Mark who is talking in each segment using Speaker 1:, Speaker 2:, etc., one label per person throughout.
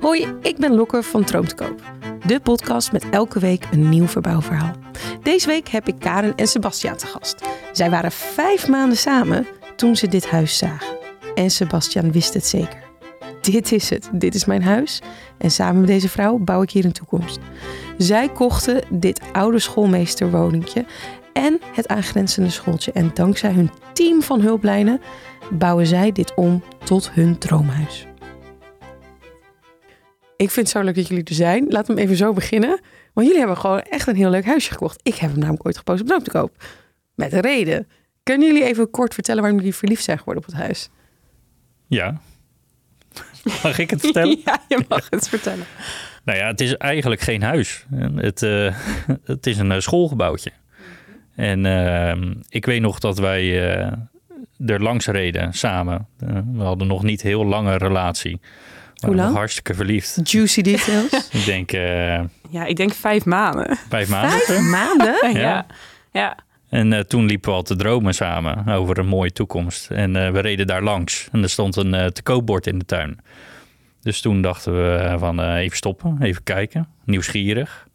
Speaker 1: Hoi, ik ben Lokker van Droom te Koop. De podcast met elke week een nieuw verbouwverhaal. Deze week heb ik Karen en Sebastiaan te gast. Zij waren vijf maanden samen toen ze dit huis zagen. En Sebastiaan wist het zeker. Dit is het, dit is mijn huis. En samen met deze vrouw bouw ik hier een toekomst. Zij kochten dit oude schoolmeesterwoninkje en het aangrenzende schooltje. En dankzij hun team van hulplijnen bouwen zij dit om tot hun droomhuis. Ik vind het zo leuk dat jullie er zijn. Laat hem even zo beginnen. Want jullie hebben gewoon echt een heel leuk huisje gekocht. Ik heb hem namelijk ooit gepost op Droom te koop. Met een reden. Kunnen jullie even kort vertellen waarom jullie verliefd zijn geworden op het huis?
Speaker 2: Ja. Mag ik het vertellen?
Speaker 1: Ja, je mag het vertellen.
Speaker 2: Nou ja, het is eigenlijk geen huis. Het, eh, het is een eh, schoolgebouwtje. En ehm, ik weet nog dat wij eh, er langs reden samen. Eh, we hadden nog niet heel lange relatie. We waren
Speaker 1: lang?
Speaker 2: nog hartstikke verliefd.
Speaker 1: Juicy details.
Speaker 2: Ik denk eh,
Speaker 3: Ja, ik denk vijf maanden.
Speaker 2: vijf maanden. of zo.
Speaker 1: maanden?
Speaker 3: Ja.
Speaker 2: Ja.
Speaker 3: ja.
Speaker 2: En eh, toen liepen we al te dromen samen over een mooie toekomst. En eh, we reden daar langs. En er stond een eh te koopbord in de tuin. Dus toen dachten we eh, van eh, even stoppen, even kijken. Nieuwsgierig.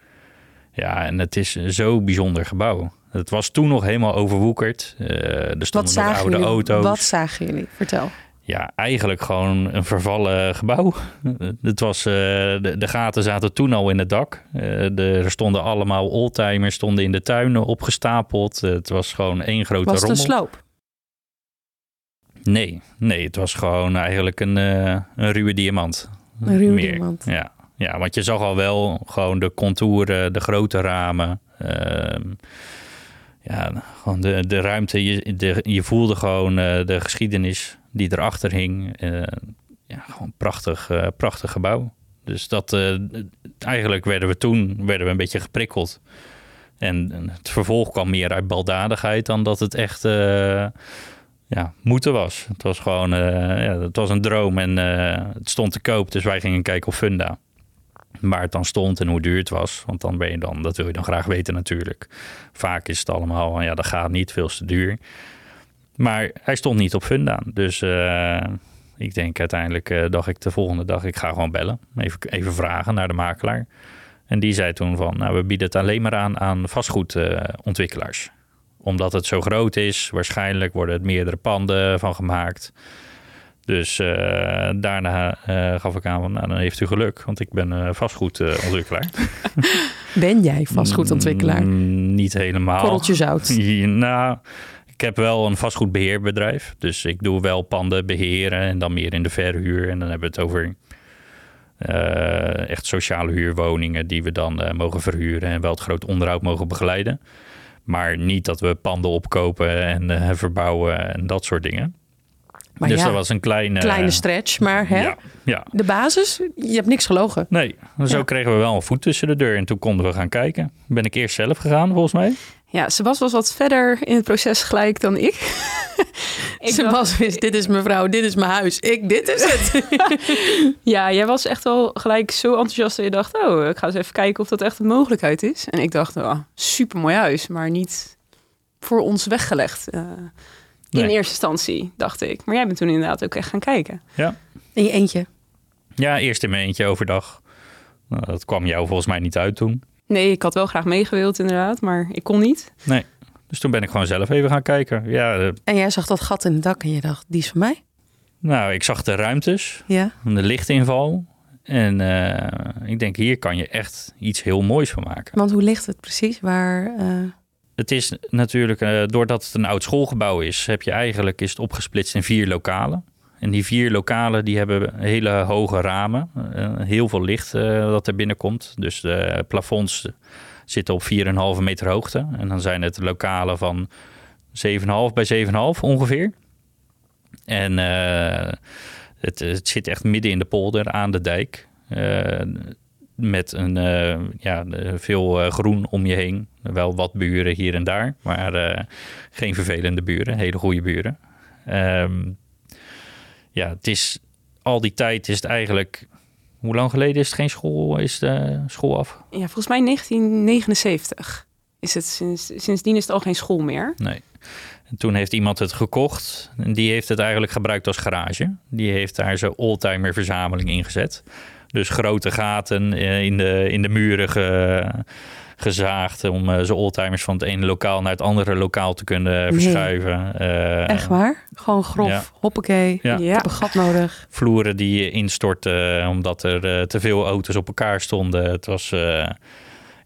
Speaker 2: Ja, en het is zo'n bijzonder gebouw. Het was toen nog helemaal overwoekerd. Eh, er
Speaker 1: Wat
Speaker 2: stonden nog
Speaker 1: zagen,
Speaker 2: oude
Speaker 1: jullie,
Speaker 2: auto's.
Speaker 1: wat zagen jullie? Vertel.
Speaker 2: Ja, eigenlijk gewoon een vervallen gebouw. Het was, eh, de, de gaten zaten toen al in het dak. Eh, de, er stonden allemaal oldtimers stonden in de tuinen opgestapeld. Eh, het was gewoon één grote
Speaker 1: Was het een
Speaker 2: rommel.
Speaker 1: sloop?
Speaker 2: Nee, nee, het was gewoon eigenlijk een, eh, een ruwe diamant.
Speaker 1: Een ruwe
Speaker 2: Hm, Meer.
Speaker 1: diamant.
Speaker 2: Ja. ja, want je zag al wel gewoon de contouren, de grote ramen. ehm, ja, gewoon de, de ruimte. Je, de, je voelde gewoon eh, de geschiedenis die erachter hing. Eh, ja, gewoon prachtig, eh, prachtig gebouw. Dus dat, eh, eigenlijk werden we toen werden we een beetje geprikkeld. En en het vervolg kwam meer uit baldadigheid dan dat het echt eh, ja, moeten was. Het was gewoon eh, ja, het was een droom en eh, het stond te koop. Dus wij gingen kijken op Funda. Waar het dan stond en hoe duur het was. Want dan ben je dan, dat wil je dan graag weten natuurlijk. Vaak is het allemaal, van, ja dat gaat niet, veel is te duur. Maar hij stond niet op Funda. Dus eh, ik denk uiteindelijk, eh, dacht ik de volgende dag, ik ga gewoon bellen. Even, even vragen naar de makelaar. En die zei toen van, nou we bieden het alleen maar aan aan vastgoedontwikkelaars omdat het zo groot is, waarschijnlijk worden er meerdere panden van gemaakt. Dus eh, daarna eh, gaf ik aan, van, nou, dan heeft u geluk, want ik ben eh, vastgoedontwikkelaar.
Speaker 1: Ben jij vastgoedontwikkelaar?
Speaker 2: Mm, niet helemaal.
Speaker 1: Korreltje zout.
Speaker 2: Ja, Nou, ik heb wel een vastgoedbeheerbedrijf. Dus ik doe wel panden beheren en dan meer in de verhuur. En dan hebben we het over eh, echt sociale huurwoningen die we dan eh, mogen verhuren en wel het groot onderhoud mogen begeleiden. Maar niet dat we panden opkopen en eh, verbouwen en dat soort dingen.
Speaker 1: Maar
Speaker 2: dus
Speaker 1: ja,
Speaker 2: dat was een kleine, eh,
Speaker 1: kleine stretch. Maar hè?
Speaker 2: Ja, ja.
Speaker 1: de basis, je hebt niks gelogen.
Speaker 2: Nee, zo
Speaker 1: Ja.
Speaker 2: kregen we wel een voet tussen de deur en toen konden we gaan kijken. Ben ik eerst zelf gegaan, volgens mij.
Speaker 3: Ja, Sebas was wat verder in het proces gelijk dan ik. ik
Speaker 1: Ze
Speaker 3: dacht-
Speaker 1: was wist, dit is mijn vrouw, dit is mijn huis. Dus Ik, dit is het.
Speaker 3: ja, jij was echt wel gelijk zo enthousiast dat je dacht, oh, ik ga eens even kijken of dat echt een mogelijkheid is. En ik dacht, oh, super mooi huis, maar niet voor ons weggelegd. eh,
Speaker 2: Nee.
Speaker 3: In eerste instantie, dacht ik. Maar jij bent toen inderdaad ook echt gaan kijken.
Speaker 1: In je eentje.
Speaker 2: Ja, eerst in mijn eentje overdag. Nou, dat kwam jou volgens mij niet uit toen.
Speaker 3: Nee, ik had wel graag meegewild inderdaad, maar ik kon niet.
Speaker 2: Dus toen ben ik gewoon zelf even gaan kijken. Ja, eh,
Speaker 1: En jij zag dat gat in het dak en je dacht, die is van mij.
Speaker 2: nou, ik zag de ruimtes,
Speaker 1: Ja.
Speaker 2: de lichtinval. En eh, ik denk, hier kan je echt iets heel moois van maken.
Speaker 1: Want hoe ligt het precies? Waar, eh,
Speaker 2: Het is natuurlijk, eh, doordat het een oud schoolgebouw is, heb je eigenlijk is het opgesplitst in vier lokalen. En die vier lokalen die hebben hele hoge ramen, eh, heel veel licht eh, dat er binnenkomt. Dus de plafonds zitten op 4,5 meter hoogte. En dan zijn het lokalen van 7,5 bij 7,5 ongeveer. En eh, het, het zit echt midden in de polder aan de dijk. Eh, met een, eh, ja, eh, veel eh, groen om je heen. Wel wat buren hier en daar, maar eh, geen vervelende buren, hele goede buren. Ehm, ja, het is al die tijd is het eigenlijk. Hoe lang geleden is het geen school? Is de school af?
Speaker 3: Ja, volgens mij 1979 is het sinds, sindsdien is het al geen school meer.
Speaker 2: Nee. En toen heeft iemand het gekocht. En die heeft het eigenlijk gebruikt als garage. Die heeft daar zijn oldtimer verzameling ingezet. Dus grote gaten eh, in de, in de muren ge- gezaagd. Om eh, zijn oldtimers van het ene lokaal naar het andere lokaal te kunnen
Speaker 1: Nee.
Speaker 2: verschuiven. Eh,
Speaker 1: Echt waar? Gewoon grof.
Speaker 2: Ja.
Speaker 1: Hoppakee.
Speaker 2: Ja.
Speaker 1: Ik heb een gat nodig.
Speaker 2: vloeren die instortten omdat er eh, te veel auto's op elkaar stonden. Het was, eh, ja,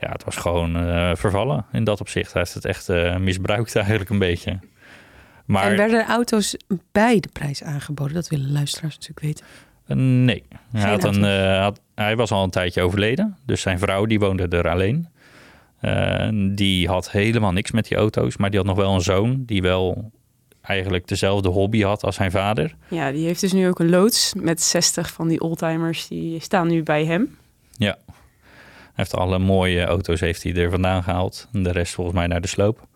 Speaker 2: het was gewoon eh, vervallen in dat opzicht. Hij heeft het echt eh, misbruikt eigenlijk een beetje. Maar
Speaker 1: En werden er auto's bij de prijs aangeboden? Dat willen luisteraars natuurlijk weten.
Speaker 2: eh, nee, hij,
Speaker 1: Geen
Speaker 2: had een,
Speaker 1: auto's.
Speaker 2: eh, had- hij was al een tijdje overleden. Dus zijn vrouw die woonde er alleen. Eh, die had helemaal niks met die auto's. Maar die had nog wel een zoon die wel eigenlijk dezelfde hobby had als zijn vader.
Speaker 3: Ja, die heeft dus nu ook een loods met 60 van die oldtimers. Die staan nu bij hem.
Speaker 2: Hij heeft alle mooie auto's heeft hij er vandaan gehaald. En de rest volgens mij naar de sloop.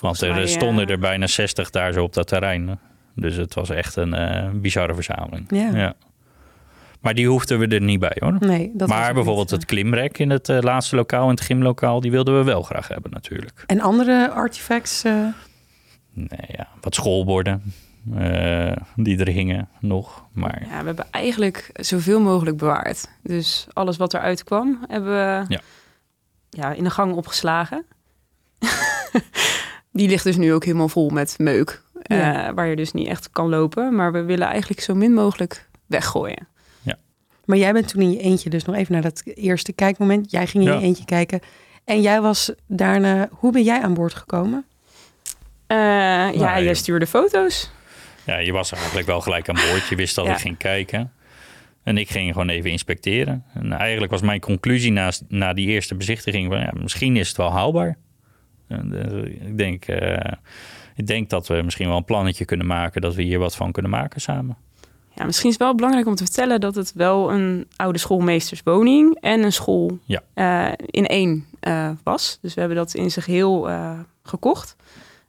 Speaker 2: Want er
Speaker 3: mij,
Speaker 2: eh,
Speaker 3: ja.
Speaker 2: stonden er bijna 60 daar zo op dat terrein. Dus het was echt een eh, bizarre verzameling.
Speaker 1: Ja.
Speaker 2: Maar die hoefden we er niet bij hoor.
Speaker 1: Nee, dat was
Speaker 2: maar
Speaker 1: ook
Speaker 2: bijvoorbeeld
Speaker 1: niet,
Speaker 2: het klimrek in het eh, laatste lokaal, in het gymlokaal, die wilden we wel graag hebben natuurlijk.
Speaker 1: eh. En andere artifacts? eh,
Speaker 2: Nee, ja, wat schoolborden eh, die er hingen nog. Maar
Speaker 3: Ja, we hebben eigenlijk zoveel mogelijk bewaard. Dus alles wat eruit kwam, hebben we
Speaker 2: Ja.
Speaker 3: ja, in de gang opgeslagen. die ligt dus nu ook helemaal vol met meuk. eh,
Speaker 1: Ja.
Speaker 3: waar je dus niet echt kan lopen. Maar we willen eigenlijk zo min mogelijk weggooien.
Speaker 1: Maar jij bent toen in je eentje, dus nog even naar dat eerste kijkmoment. Jij ging in
Speaker 2: Ja.
Speaker 1: je eentje kijken. En jij was daarna, hoe ben jij aan boord gekomen?
Speaker 3: Eh, ja,
Speaker 2: joh.
Speaker 3: jij stuurde foto's.
Speaker 2: Ja, je was eigenlijk wel gelijk aan boord. Je wist dat
Speaker 3: Ja.
Speaker 2: ik ging kijken. En ik ging gewoon even inspecteren. En eigenlijk was mijn conclusie na, na die eerste bezichtiging... Van, ja, misschien is het wel haalbaar. En, eh, ik, denk, eh, ik denk dat we misschien wel een plannetje kunnen maken... dat we hier wat van kunnen maken samen.
Speaker 3: Ja, misschien is het wel belangrijk om te vertellen dat het wel een oude schoolmeesterswoning en een school
Speaker 2: Ja.
Speaker 3: eh, in één eh, was. Dus we hebben dat in zijn geheel eh, gekocht.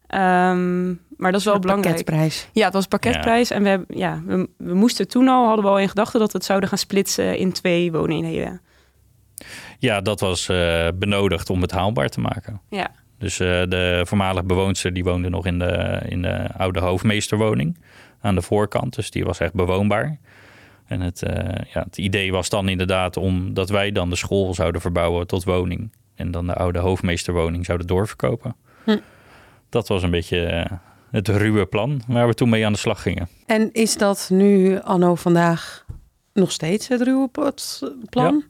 Speaker 3: Ehm, maar dat is wel
Speaker 1: Een
Speaker 3: belangrijk.
Speaker 1: Pakketprijs.
Speaker 3: Ja, het was pakketprijs. En we, hebben, ja, we, we moesten toen al, hadden we al in gedachten dat we het zouden gaan splitsen in twee woningheden.
Speaker 2: Ja, dat was eh, benodigd om het haalbaar te maken.
Speaker 3: Ja.
Speaker 2: Dus eh, de voormalige bewoonster die woonde nog in de, in de oude hoofdmeesterwoning aan de voorkant. Dus die was echt bewoonbaar. En het, eh, ja, het idee was dan inderdaad om dat wij dan de school zouden verbouwen tot woning. En dan de oude hoofdmeesterwoning zouden doorverkopen.
Speaker 1: Hm.
Speaker 2: Dat was een beetje eh, het ruwe plan waar we toen mee aan de slag gingen.
Speaker 1: En is dat nu, anno vandaag, nog steeds het ruwe pot- plan?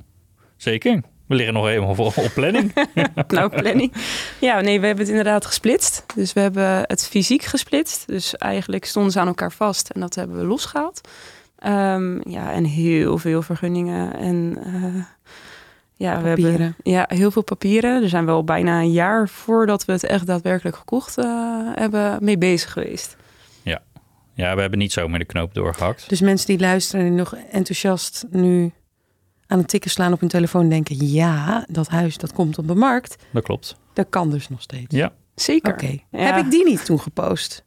Speaker 2: Zeker. We liggen nog helemaal vol op planning.
Speaker 3: Nou, planning. Ja, nee, we hebben het inderdaad gesplitst. Dus we hebben het fysiek gesplitst. Dus eigenlijk stonden ze aan elkaar vast en dat hebben we losgehaald. Ehm, ja, en heel veel vergunningen. En eh, ja, we hebben
Speaker 1: Papieren.
Speaker 3: ja, heel veel papieren. Er zijn wel bijna een jaar voordat we het echt daadwerkelijk gekocht eh, hebben mee bezig geweest.
Speaker 2: ja, we hebben niet zomaar de knoop doorgehakt.
Speaker 1: Dus mensen die luisteren en die nog enthousiast nu aan het tikken slaan op hun telefoon denken... ja, dat huis dat komt op de markt,
Speaker 2: Dat klopt.
Speaker 1: dat kan dus nog steeds.
Speaker 2: Ja.
Speaker 3: Zeker.
Speaker 1: Oké,
Speaker 3: Ja.
Speaker 1: heb ik die niet toen gepost?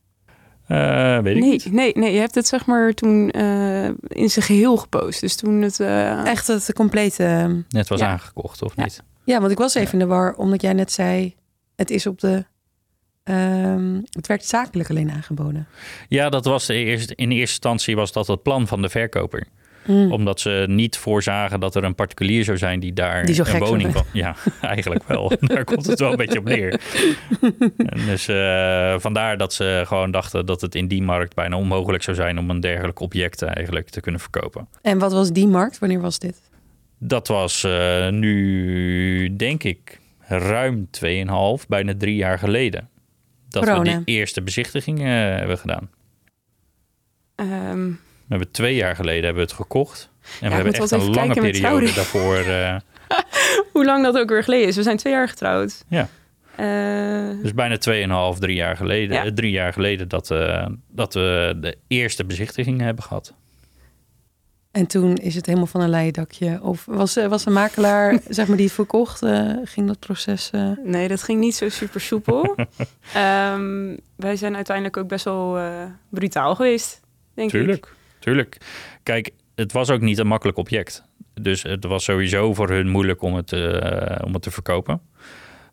Speaker 2: Eh, weet ik
Speaker 3: Nee,
Speaker 2: niet.
Speaker 3: nee, nee, je hebt het zeg maar toen eh, in zijn geheel gepost. Dus toen het... eh,
Speaker 1: Echt het complete... ehm,
Speaker 2: Net was
Speaker 3: Ja.
Speaker 2: aangekocht, of
Speaker 3: Ja.
Speaker 2: niet?
Speaker 1: Ja, want ik was even in de war, omdat jij net zei: het is op de. ehm, het werd zakelijk alleen aangeboden.
Speaker 2: Ja, dat was de eerste, in eerste instantie was dat het plan van de verkoper.
Speaker 1: Hm. Mm.
Speaker 2: Omdat ze niet voorzagen dat er een particulier zou zijn die daar
Speaker 1: Die zo
Speaker 2: een
Speaker 1: gek zou
Speaker 2: woning van. Ja, eigenlijk wel. daar komt het wel een beetje op neer. En dus eh, vandaar dat ze gewoon dachten dat het in die markt bijna onmogelijk zou zijn om een dergelijk object eigenlijk te kunnen verkopen.
Speaker 1: En wat was die markt? Wanneer was dit?
Speaker 2: Dat was eh, nu, denk ik, ruim 2,5, bijna drie jaar geleden. Dat we
Speaker 1: Corona.
Speaker 2: die eerste bezichtiging eh, hebben gedaan.
Speaker 3: ehm,
Speaker 2: We hebben twee jaar geleden hebben we het gekocht. En
Speaker 3: ik
Speaker 2: we hebben
Speaker 3: moet
Speaker 2: echt
Speaker 3: wel
Speaker 2: een
Speaker 3: even
Speaker 2: lange
Speaker 3: kijken met
Speaker 2: periode
Speaker 3: houding.
Speaker 2: daarvoor. eh,
Speaker 3: hoe lang dat ook weer geleden is. We zijn twee jaar getrouwd.
Speaker 2: Ja.
Speaker 3: Eh,
Speaker 2: dus bijna 2,5, drie jaar geleden.
Speaker 3: Ja.
Speaker 2: eh, drie jaar geleden dat, eh, dat we de eerste bezichtiging hebben gehad.
Speaker 1: En toen is het helemaal van een leien dakje. Of was, eh, was een makelaar, zeg maar, die het verkocht? eh, ging dat proces. eh,
Speaker 3: nee, dat ging niet zo super soepel. Ehm, wij zijn uiteindelijk ook best wel eh, brutaal geweest, denk ik.
Speaker 2: Tuurlijk, tuurlijk. Kijk, het was ook niet een makkelijk object. Dus het was sowieso voor hun moeilijk om het, eh, om het te verkopen.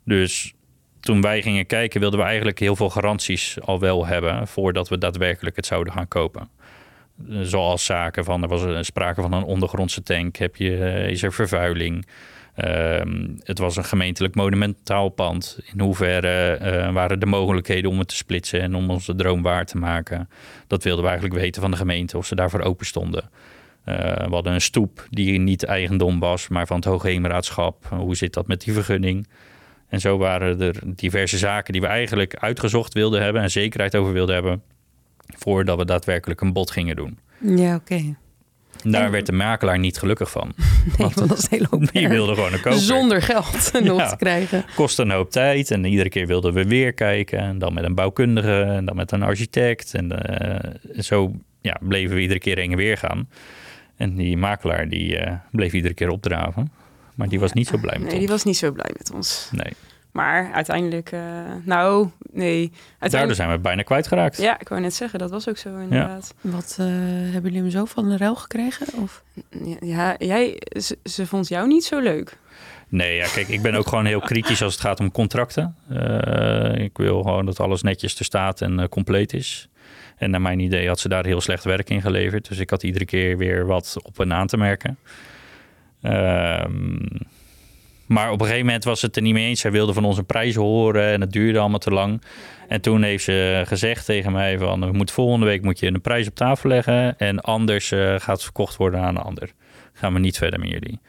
Speaker 2: Dus toen wij gingen kijken, wilden we eigenlijk heel veel garanties al wel hebben voordat we daadwerkelijk het zouden gaan kopen. Zoals zaken van, er was een- sprake van een ondergrondse tank, heb je, eh, is er vervuiling. Ehm, het was een gemeentelijk monumentaal pand. In hoeverre eh, waren de mogelijkheden om het te splitsen en om onze droom waar te maken? Dat wilden we eigenlijk weten van de gemeente, of ze daarvoor open stonden. Eh, we hadden een stoep die niet eigendom was, maar van het Hoogheemraadschap. Hoe zit dat met die vergunning? En zo waren er diverse zaken die we eigenlijk uitgezocht wilden hebben en zekerheid over wilden hebben, voordat we daadwerkelijk een bod gingen doen.
Speaker 1: Ja, oké.
Speaker 2: Daar
Speaker 1: En-
Speaker 2: werd de makelaar niet gelukkig van.
Speaker 1: Nee, want dat is een hele hoop
Speaker 2: Die
Speaker 1: werk.
Speaker 2: wilde gewoon een koper.
Speaker 1: Zonder geld nog
Speaker 2: Ja.
Speaker 1: te krijgen.
Speaker 2: Kostte een hoop tijd en iedere keer wilden we weer kijken. En dan met een bouwkundige en dan met een architect. En eh, zo ja, bleven we iedere keer heen en weer gaan. En die makelaar die eh, bleef iedere keer opdraven. Maar die was niet zo blij met
Speaker 3: Nee,
Speaker 2: ons.
Speaker 3: die was niet zo blij met ons.
Speaker 2: Nee,
Speaker 3: Maar uiteindelijk, eh, nou, nee.
Speaker 2: daardoor
Speaker 3: Uiteindelijk,
Speaker 2: zijn we het bijna kwijtgeraakt.
Speaker 3: ja, ik wou net zeggen, dat was ook zo inderdaad.
Speaker 1: Wat eh, hebben jullie hem zo van een ruil gekregen? Of?
Speaker 3: Ja, jij, ze, ze vond jou niet zo leuk.
Speaker 2: Nee, ja, kijk, ik ben ook gewoon heel kritisch als het gaat om contracten. Eh, ik wil gewoon dat alles netjes er staat en eh, compleet is. En naar mijn idee had ze daar heel slecht werk in geleverd. Dus ik had iedere keer weer wat op en aan te merken. Ehm, maar op een gegeven moment was het er niet mee eens. Zij wilde van ons een prijs horen en het duurde allemaal te lang. En toen heeft ze gezegd tegen mij van... We moeten volgende week moet je een prijs op tafel leggen... en anders eh, gaat het verkocht worden aan een ander. Gaan we niet verder met jullie.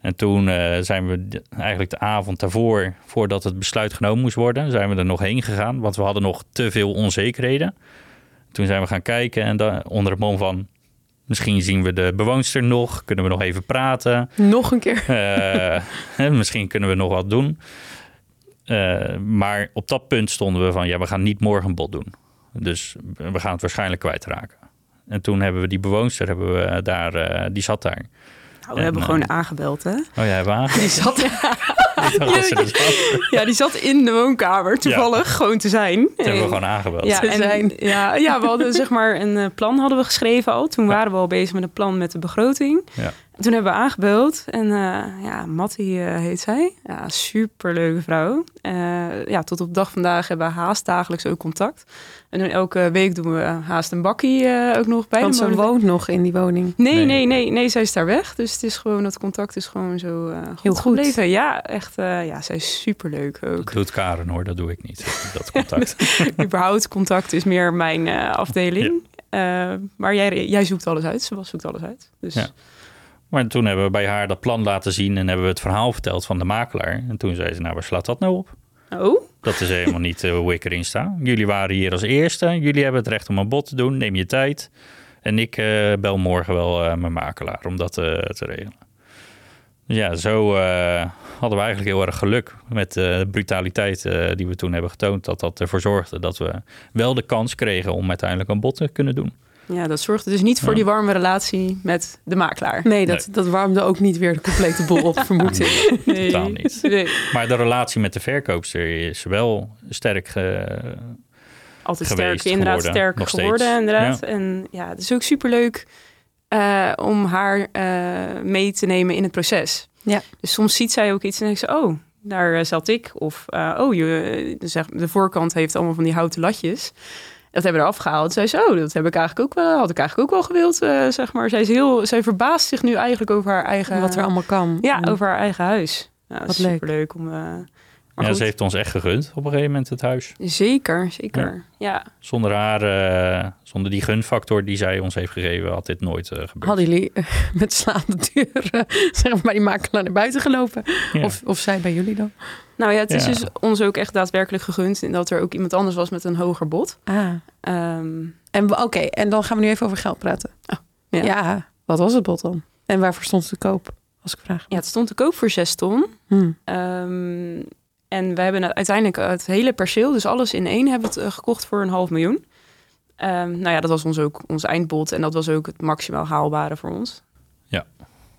Speaker 2: En toen eh, zijn we de- eigenlijk de avond daarvoor, voordat het besluit genomen moest worden, zijn we er nog heen gegaan. Want we hadden nog te veel onzekerheden. Toen zijn we gaan kijken en da- onder het mom van. Misschien zien we de bewoonster nog, kunnen we nog even praten.
Speaker 1: Nog een keer.
Speaker 2: Eh, hè, misschien kunnen we nog wat doen. Eh, maar op dat punt stonden we van, ja, we gaan niet morgen een bod doen. Dus we gaan het waarschijnlijk kwijtraken. En toen hebben we die bewoonster, hebben we daar, eh, die zat daar.
Speaker 3: Nou, we
Speaker 2: En,
Speaker 3: hebben
Speaker 2: eh,
Speaker 3: gewoon aangebeld, hè?
Speaker 2: Oh ja, hebben we aange-
Speaker 3: Die zat,
Speaker 2: Ik dacht dat ze er zat.
Speaker 3: ja, die zat in de woonkamer, toevallig, gewoon te zijn.
Speaker 2: Toen hebben
Speaker 3: En-
Speaker 2: we gewoon aangebeld.
Speaker 3: Ja,
Speaker 1: te
Speaker 3: en,
Speaker 1: zijn.
Speaker 3: Ja, ja, we hadden zeg maar een eh, plan hadden we geschreven al. Toen waren we al bezig met een plan met de begroting.
Speaker 2: Ja.
Speaker 3: Toen hebben we aangebeld en eh, ja, Mattie eh, heet zij. Ja, superleuke vrouw. Eh, ja, tot op dag vandaag hebben we haast dagelijks ook contact. En dan elke week doen we haast een bakkie eh, ook nog bij.
Speaker 1: Want
Speaker 3: de
Speaker 1: ze
Speaker 3: molen-
Speaker 1: woont nog in die woning.
Speaker 3: Nee,
Speaker 2: Nee.
Speaker 3: nee, nee, nee, zij is daar weg. Dus het is gewoon, dat contact is gewoon zo eh goed,
Speaker 1: Heel goed.
Speaker 3: gebleven. Ja, echt, eh, ja, zij is superleuk ook.
Speaker 2: Dat doet Karen hoor, dat doe ik niet. Dat contact.
Speaker 3: überhaupt contact is meer mijn eh, afdeling. Eh, maar jij, jij zoekt alles uit. Sebas zoekt alles uit. Dus
Speaker 2: Ja. maar toen hebben we bij haar dat plan laten zien en hebben we het verhaal verteld van de makelaar. En toen zei ze, nou waar slaat dat nou op?
Speaker 3: oh,
Speaker 2: Dat is helemaal niet eh, hoe ik erin sta. Jullie waren hier als eerste. Jullie hebben het recht om een bod te doen. Neem je tijd. En ik eh, bel morgen wel eh, mijn makelaar om dat eh, te regelen. Dus ja, zo eh, hadden we eigenlijk heel erg geluk met eh, de brutaliteit eh, die we toen hebben getoond. Dat dat ervoor zorgde dat we wel de kans kregen om uiteindelijk een bod te kunnen doen.
Speaker 3: ja, dat zorgde dus niet voor
Speaker 2: Ja.
Speaker 3: die warme relatie met de makelaar.
Speaker 1: Nee, dat, dat warmde ook niet weer de complete boel op, vermoed ik.
Speaker 3: Nee,
Speaker 2: Totaal niet.
Speaker 3: Nee.
Speaker 2: Maar de relatie met de verkoopster is wel sterk. ge-
Speaker 3: Altijd
Speaker 2: Geweest,
Speaker 3: sterker, inderdaad
Speaker 2: geworden,
Speaker 3: sterker
Speaker 2: nog steeds.
Speaker 3: geworden. Inderdaad. En ja, het is ook superleuk eh om haar eh, mee te nemen in het proces.
Speaker 1: Ja.
Speaker 3: Dus soms ziet zij ook iets en denkt ze, oh, daar eh, zat ik. Of, eh, oh, je, eh, zeg, de voorkant heeft allemaal van die houten latjes. Dat hebben we eraf gehaald. Zij zei, oh, dat heb ik eigenlijk ook wel, had ik eigenlijk ook wel gewild, eh, zeg maar. Zij, is heel, zij verbaast zich nu eigenlijk over haar eigen...
Speaker 1: Wat er allemaal kan.
Speaker 3: Ja,
Speaker 1: En-
Speaker 3: over haar eigen huis. Ja, dat is
Speaker 1: leuk.
Speaker 3: superleuk om... eh, maar
Speaker 2: Ja,
Speaker 3: goed.
Speaker 2: ze heeft ons echt gegund op een gegeven moment het huis.
Speaker 3: Zeker, zeker. ja.
Speaker 2: Zonder haar, eh, zonder die gunfactor die zij ons heeft gegeven, had dit nooit eh, gebeurd.
Speaker 1: Hadden jullie eh, met slaande deuren zeg maar, bij die makelaar naar buiten gelopen?
Speaker 2: Ja.
Speaker 1: Of, of zij bij jullie dan?
Speaker 3: Nou ja, het is
Speaker 2: Ja.
Speaker 3: dus ons ook echt daadwerkelijk gegund in dat er ook iemand anders was met een hoger bod.
Speaker 1: Ah.
Speaker 3: Ehm,
Speaker 1: En we- oké, en dan gaan we nu even over geld praten.
Speaker 3: ja.
Speaker 1: Oh, ja. wat was het bod dan? En waarvoor stond het te koop? Als ik vraag.
Speaker 3: ja, het stond te koop voor zes ton.
Speaker 1: Hm.
Speaker 3: Ehm, en we hebben nou uiteindelijk het hele perceel, dus alles in één, hebben we het eh, gekocht voor een half miljoen. Ehm, nou ja, dat was ons ook ons eindbod en dat was ook het maximaal haalbare voor ons.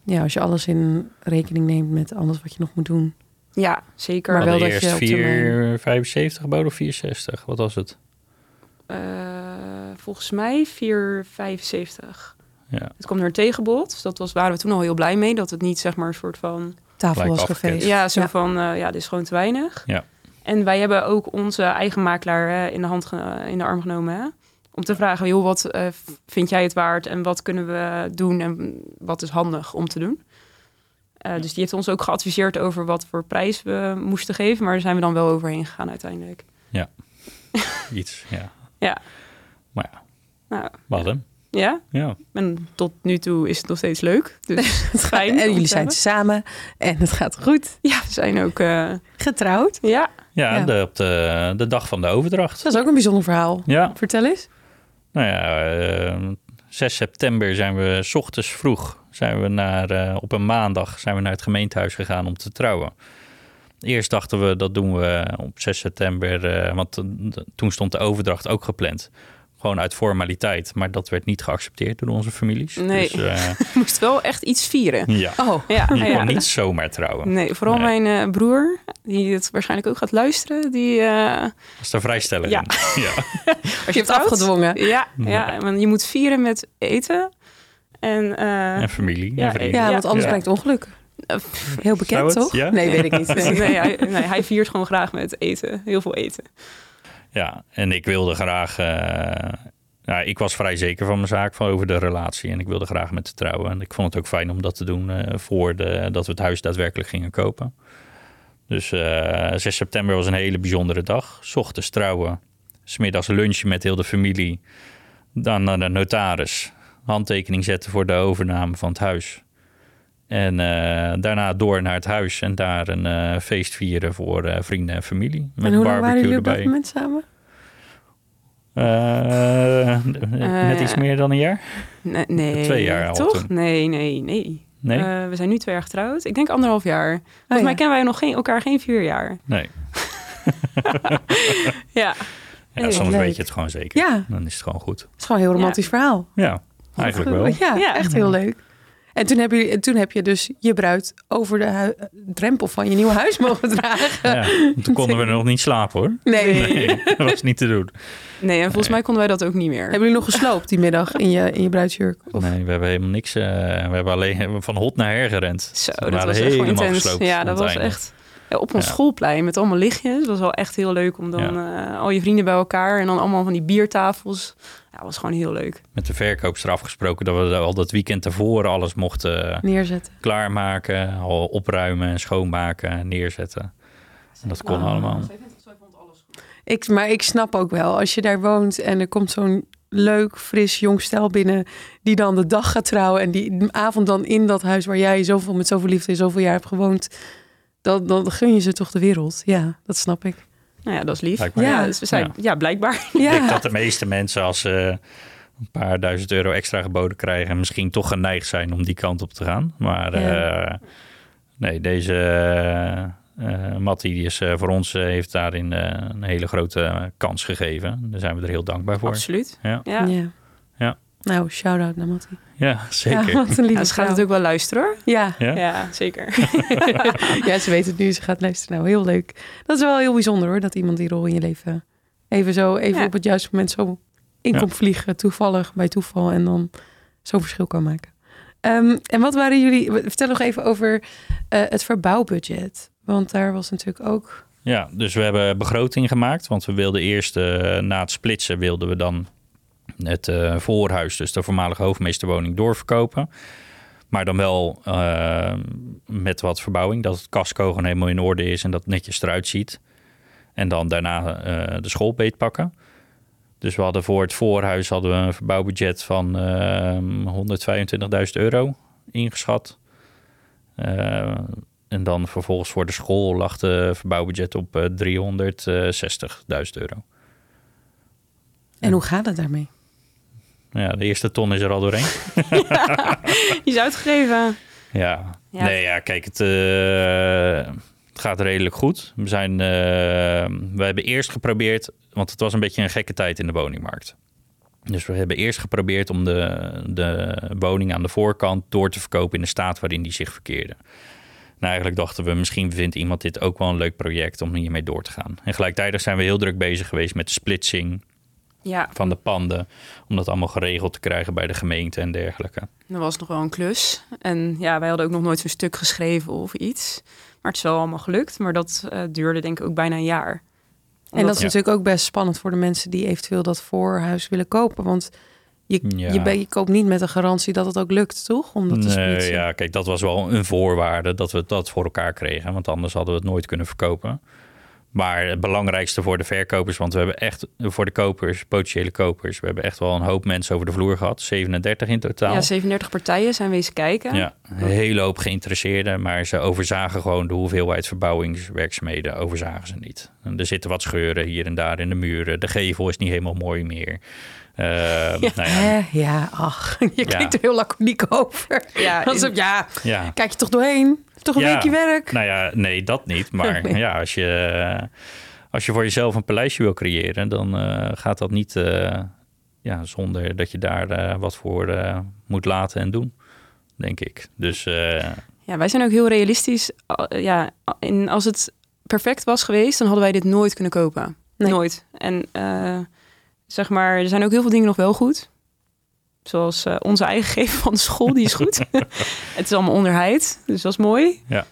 Speaker 1: Ja, als je alles in rekening neemt met alles wat je nog moet doen.
Speaker 3: Ja, zeker.
Speaker 1: Maar
Speaker 2: We hadden
Speaker 1: wel dat je
Speaker 2: eerst
Speaker 1: op termijn-
Speaker 2: 4,75 geboden of 4,60. Wat was het?
Speaker 3: Eh, volgens mij 4,75.
Speaker 2: Ja.
Speaker 3: Het kwam door een tegenbod, dus dat was, waren we toen al heel blij mee dat het niet zeg maar een soort van
Speaker 1: Tafel
Speaker 2: Gelijk
Speaker 1: was
Speaker 2: afgekend.
Speaker 1: gefeest.
Speaker 3: Ja, zo
Speaker 1: Ja.
Speaker 3: van, eh, ja, dit is gewoon te weinig.
Speaker 2: Ja.
Speaker 3: En wij hebben ook onze eigen makelaar eh, in, de hand ge- in de arm genomen. Hè? Om te vragen, joh, wat eh, v- vind jij het waard en wat kunnen we doen en wat is handig om te doen? Eh, dus die heeft ons ook geadviseerd over wat voor prijs we moesten geven, maar daar zijn we dan wel overheen gegaan uiteindelijk.
Speaker 2: Iets, ja.
Speaker 3: Ja.
Speaker 2: Maar ja,
Speaker 3: Nou,
Speaker 2: we hadden hem.
Speaker 3: ja,
Speaker 2: Ja,
Speaker 3: en tot nu toe is het nog steeds leuk. Dus het fijn. om
Speaker 1: en
Speaker 3: te
Speaker 1: jullie zijn
Speaker 3: hebben.
Speaker 1: samen en het gaat goed.
Speaker 3: Ja, we zijn ook, eh,
Speaker 1: Getrouwd.
Speaker 3: ja,
Speaker 2: ja,
Speaker 1: Ja.
Speaker 2: De, op de, de dag van de overdracht.
Speaker 1: Dat is ook een bijzonder verhaal.
Speaker 2: Ja,
Speaker 1: Vertel eens.
Speaker 2: nou ja, eh, 6 september zijn we 's ochtends vroeg, zijn we naar, eh, op een maandag, zijn we naar het gemeentehuis gegaan om te trouwen. Eerst dachten we, dat doen we op 6 september, eh, want t- t- toen stond de overdracht ook gepland. Gewoon uit formaliteit, maar dat werd niet geaccepteerd door onze families.
Speaker 3: Nee.
Speaker 2: Dus, eh,
Speaker 3: moest wel echt iets vieren.
Speaker 2: ja,
Speaker 1: Oh,
Speaker 3: Ja,
Speaker 2: je
Speaker 3: ja.
Speaker 2: kon niet zomaar trouwen.
Speaker 3: Nee, vooral
Speaker 2: Nee.
Speaker 3: mijn eh, broer, die het waarschijnlijk ook gaat luisteren, die eh
Speaker 2: Dat is de vrijstelling.
Speaker 3: Ja.
Speaker 2: ja.
Speaker 1: je hebt
Speaker 3: trouwt?
Speaker 1: afgedwongen.
Speaker 3: Ja,
Speaker 2: Ja.
Speaker 3: ja, want je moet vieren met eten. En, eh,
Speaker 2: En familie
Speaker 3: Ja,
Speaker 2: en vrienden.
Speaker 1: Ja,
Speaker 3: Ja.
Speaker 1: want anders
Speaker 2: Ja.
Speaker 1: brengt ongeluk.
Speaker 3: eh, pff,
Speaker 1: Heel bekend,
Speaker 2: Zou het?
Speaker 1: toch?
Speaker 2: Ja?
Speaker 1: Nee, weet ik niet.
Speaker 3: nee,
Speaker 1: Nee.
Speaker 3: hij, nee, hij viert gewoon graag met eten. Heel veel eten.
Speaker 2: Ja, en ik wilde graag. eh, ja, ik was vrij zeker van mijn zaak van over de relatie. En ik wilde graag met ze trouwen. En ik vond het ook fijn om dat te doen eh voor de, dat we het huis daadwerkelijk gingen kopen. Dus eh 6 september was een hele bijzondere dag. 's ochtends trouwen. Smiddags lunchen met heel de familie. Dan naar de notaris. Handtekening zetten voor de overname van het huis. En eh, daarna door naar het huis en daar een eh, feest vieren voor eh, vrienden en familie. Met
Speaker 1: En hoe lang waren
Speaker 2: barbecue
Speaker 1: jullie op dat
Speaker 2: erbij.
Speaker 1: moment samen?
Speaker 2: Eh, net
Speaker 3: Eh,
Speaker 2: iets meer dan een jaar?
Speaker 3: Nee, nee,
Speaker 2: Twee jaar al
Speaker 3: toch?
Speaker 2: toen.
Speaker 3: Nee, nee, nee.
Speaker 2: Nee?
Speaker 3: Eh, we zijn nu twee jaar getrouwd. Ik denk anderhalf jaar. Volgens
Speaker 1: Oh ja.
Speaker 3: mij kennen wij nog geen, elkaar geen vier jaar.
Speaker 2: nee.
Speaker 3: Ja,
Speaker 2: Ja,
Speaker 3: heel
Speaker 2: soms
Speaker 1: leuk.
Speaker 2: weet je het gewoon zeker.
Speaker 1: Ja, het
Speaker 2: Dan is het gewoon goed.
Speaker 1: is gewoon een heel romantisch verhaal.
Speaker 2: Ja, eigenlijk wel.
Speaker 1: Ja,
Speaker 3: Ja.
Speaker 1: echt heel leuk. En toen heb, je, en toen heb je dus je bruid over de hui- drempel van je nieuwe huis mogen dragen.
Speaker 2: Ja, toen konden we nog niet slapen hoor.
Speaker 1: Nee.
Speaker 2: Nee, dat was niet te doen.
Speaker 3: nee, en volgens mij konden wij dat ook niet meer.
Speaker 1: Hebben jullie nog gesloopt die middag in je, in je bruidsjurk? Of-
Speaker 2: Nee, we hebben helemaal niks. eh, we hebben alleen we hebben van hot naar her gerend.
Speaker 3: Zo,
Speaker 2: We
Speaker 3: dat
Speaker 2: waren
Speaker 3: was echt wel
Speaker 2: helemaal
Speaker 3: intens.
Speaker 2: gesloopt
Speaker 3: Ja,
Speaker 2: aan
Speaker 3: dat
Speaker 2: het
Speaker 3: was
Speaker 2: einde.
Speaker 3: echt... ja, op ons
Speaker 2: Ja.
Speaker 3: schoolplein met allemaal lichtjes. Dat was wel echt heel leuk om dan eh, al je vrienden bij elkaar... en dan allemaal van die biertafels. Ja, dat was gewoon heel leuk.
Speaker 2: Met de verkoopster afgesproken dat we al dat weekend tevoren alles mochten
Speaker 1: Neerzetten.
Speaker 2: klaarmaken, al opruimen en schoonmaken en neerzetten. En dat kon allemaal.
Speaker 1: Ik, maar ik snap ook wel, als je daar woont en er komt zo'n leuk, fris, jong stel binnen... die dan de dag gaat trouwen en die avond dan in dat huis... waar jij zoveel, met zoveel liefde en zoveel jaar hebt gewoond... Dan, dan gun je ze toch de wereld. Ja, dat snap ik.
Speaker 3: Nou ja, dat is lief.
Speaker 2: Blijkbaar.
Speaker 3: Ja,
Speaker 1: Ja.
Speaker 3: dus we zijn, ja. blijkbaar.
Speaker 2: Ik denk
Speaker 1: Ja,
Speaker 2: dat de meeste mensen als ze een paar duizend euro extra geboden krijgen, misschien toch geneigd zijn om die kant op te gaan. Maar
Speaker 1: Ja.
Speaker 2: eh, nee, deze eh, eh, Matti die is eh, voor ons eh, heeft daarin eh, een hele grote eh, kans gegeven. Daar zijn we er heel dankbaar voor.
Speaker 3: Absoluut.
Speaker 2: Ja.
Speaker 3: Ja. Ja.
Speaker 1: Ja.
Speaker 2: Ja.
Speaker 1: Nou, shout-out naar Mattie.
Speaker 2: Ja, zeker.
Speaker 1: Ja, wat een lieve
Speaker 3: ze dus gaat
Speaker 1: vrouw.
Speaker 3: het ook wel luisteren hoor.
Speaker 1: Ja.
Speaker 2: Ja?
Speaker 3: Ja, zeker.
Speaker 1: ja, ze weet het nu. Ze gaat luisteren. Nou, heel leuk. Dat is wel heel bijzonder hoor. Dat iemand die rol in je leven even zo, even
Speaker 3: Ja.
Speaker 1: op het juiste moment zo in
Speaker 2: Ja.
Speaker 1: komt vliegen. Toevallig, bij toeval. En dan zo'n verschil kan maken. Ehm, en wat waren jullie... Vertel nog even over eh, het verbouwbudget. Want daar was natuurlijk ook...
Speaker 2: Ja, dus we hebben begroting gemaakt. Want we wilden eerst, eh, na het splitsen, wilden we dan het eh, voorhuis, dus de voormalige hoofdmeesterwoning, doorverkopen. Maar dan wel eh, met wat verbouwing. Dat het casco gewoon helemaal in orde is en dat het netjes eruit ziet. En dan daarna eh, de school beetpakken. Dus we hadden voor het voorhuis hadden we een verbouwbudget van eh, 125.000 euro ingeschat. Eh, en dan vervolgens voor de school lag de verbouwbudget op eh, 360.000 euro.
Speaker 1: En hoe gaat het daarmee?
Speaker 2: Ja, de eerste ton is er al doorheen.
Speaker 3: Die is uitgegeven.
Speaker 2: Ja.
Speaker 3: Ja.
Speaker 2: Nee, ja, kijk, het, eh, het gaat redelijk goed. We, zijn, eh, we hebben eerst geprobeerd, want het was een beetje een gekke tijd in de woningmarkt. Dus we hebben eerst geprobeerd om de, de woning aan de voorkant door te verkopen in de staat waarin die zich verkeerde. Nou, eigenlijk dachten we, misschien vindt iemand dit ook wel een leuk project om hiermee door te gaan. En gelijktijdig zijn we heel druk bezig geweest met de splitsing
Speaker 3: Ja,
Speaker 2: van de panden. Om dat allemaal geregeld te krijgen bij de gemeente en dergelijke.
Speaker 3: dat was nog wel een klus. En ja, wij hadden ook nog nooit zo'n stuk geschreven of iets. Maar het is wel allemaal gelukt. Maar dat eh, duurde denk ik ook bijna een jaar.
Speaker 1: En dat
Speaker 3: Omdat-
Speaker 1: is
Speaker 2: Ja.
Speaker 1: natuurlijk ook best spannend voor de mensen die eventueel dat voorhuis willen kopen. Want je,
Speaker 2: Ja.
Speaker 1: je, ben- je koopt niet met een garantie dat het ook lukt, toch? Om dat te
Speaker 2: Nee,
Speaker 1: splitsen.
Speaker 2: ja, kijk, dat was wel een voorwaarde dat we dat voor elkaar kregen. Want anders hadden we het nooit kunnen verkopen. Maar het belangrijkste voor de verkopers, want we hebben echt voor de kopers, potentiële kopers, we hebben echt wel een hoop mensen over de vloer gehad. 37 in totaal.
Speaker 3: Ja, 37 partijen zijn wezen kijken.
Speaker 2: Ja, een hele hoop geïnteresseerden, maar ze overzagen gewoon de hoeveelheid verbouwingswerkzaamheden, overzagen ze niet. En er zitten wat scheuren hier en daar in de muren. De gevel is niet helemaal mooi meer. Eh, Nou ja,
Speaker 1: Hè? Eh, ja, ach, je kijkt er heel laconiek over.
Speaker 3: Ja,
Speaker 1: Ja,
Speaker 3: in-
Speaker 1: ja,
Speaker 2: ja.
Speaker 1: kijk je toch doorheen? Toch een
Speaker 2: Ja.
Speaker 1: weekje werk?
Speaker 2: Nou ja, nee, dat niet. Maar
Speaker 1: Nee.
Speaker 2: ja, als je, als je voor jezelf een paleisje wil creëren, dan eh, gaat dat niet eh, ja, zonder dat je daar eh, wat voor eh, moet laten en doen, denk ik. Dus eh,
Speaker 3: Ja, wij zijn ook heel realistisch. Al- eh, Ja, en als het perfect was geweest, dan hadden wij dit nooit kunnen kopen.
Speaker 1: Nee.
Speaker 3: Nooit. En eh, zeg maar, er zijn ook heel veel dingen nog wel goed. Zoals eh, onze eigen gevel van de school, die is goed. het is allemaal onderheid, dus dat is mooi.
Speaker 2: Ja.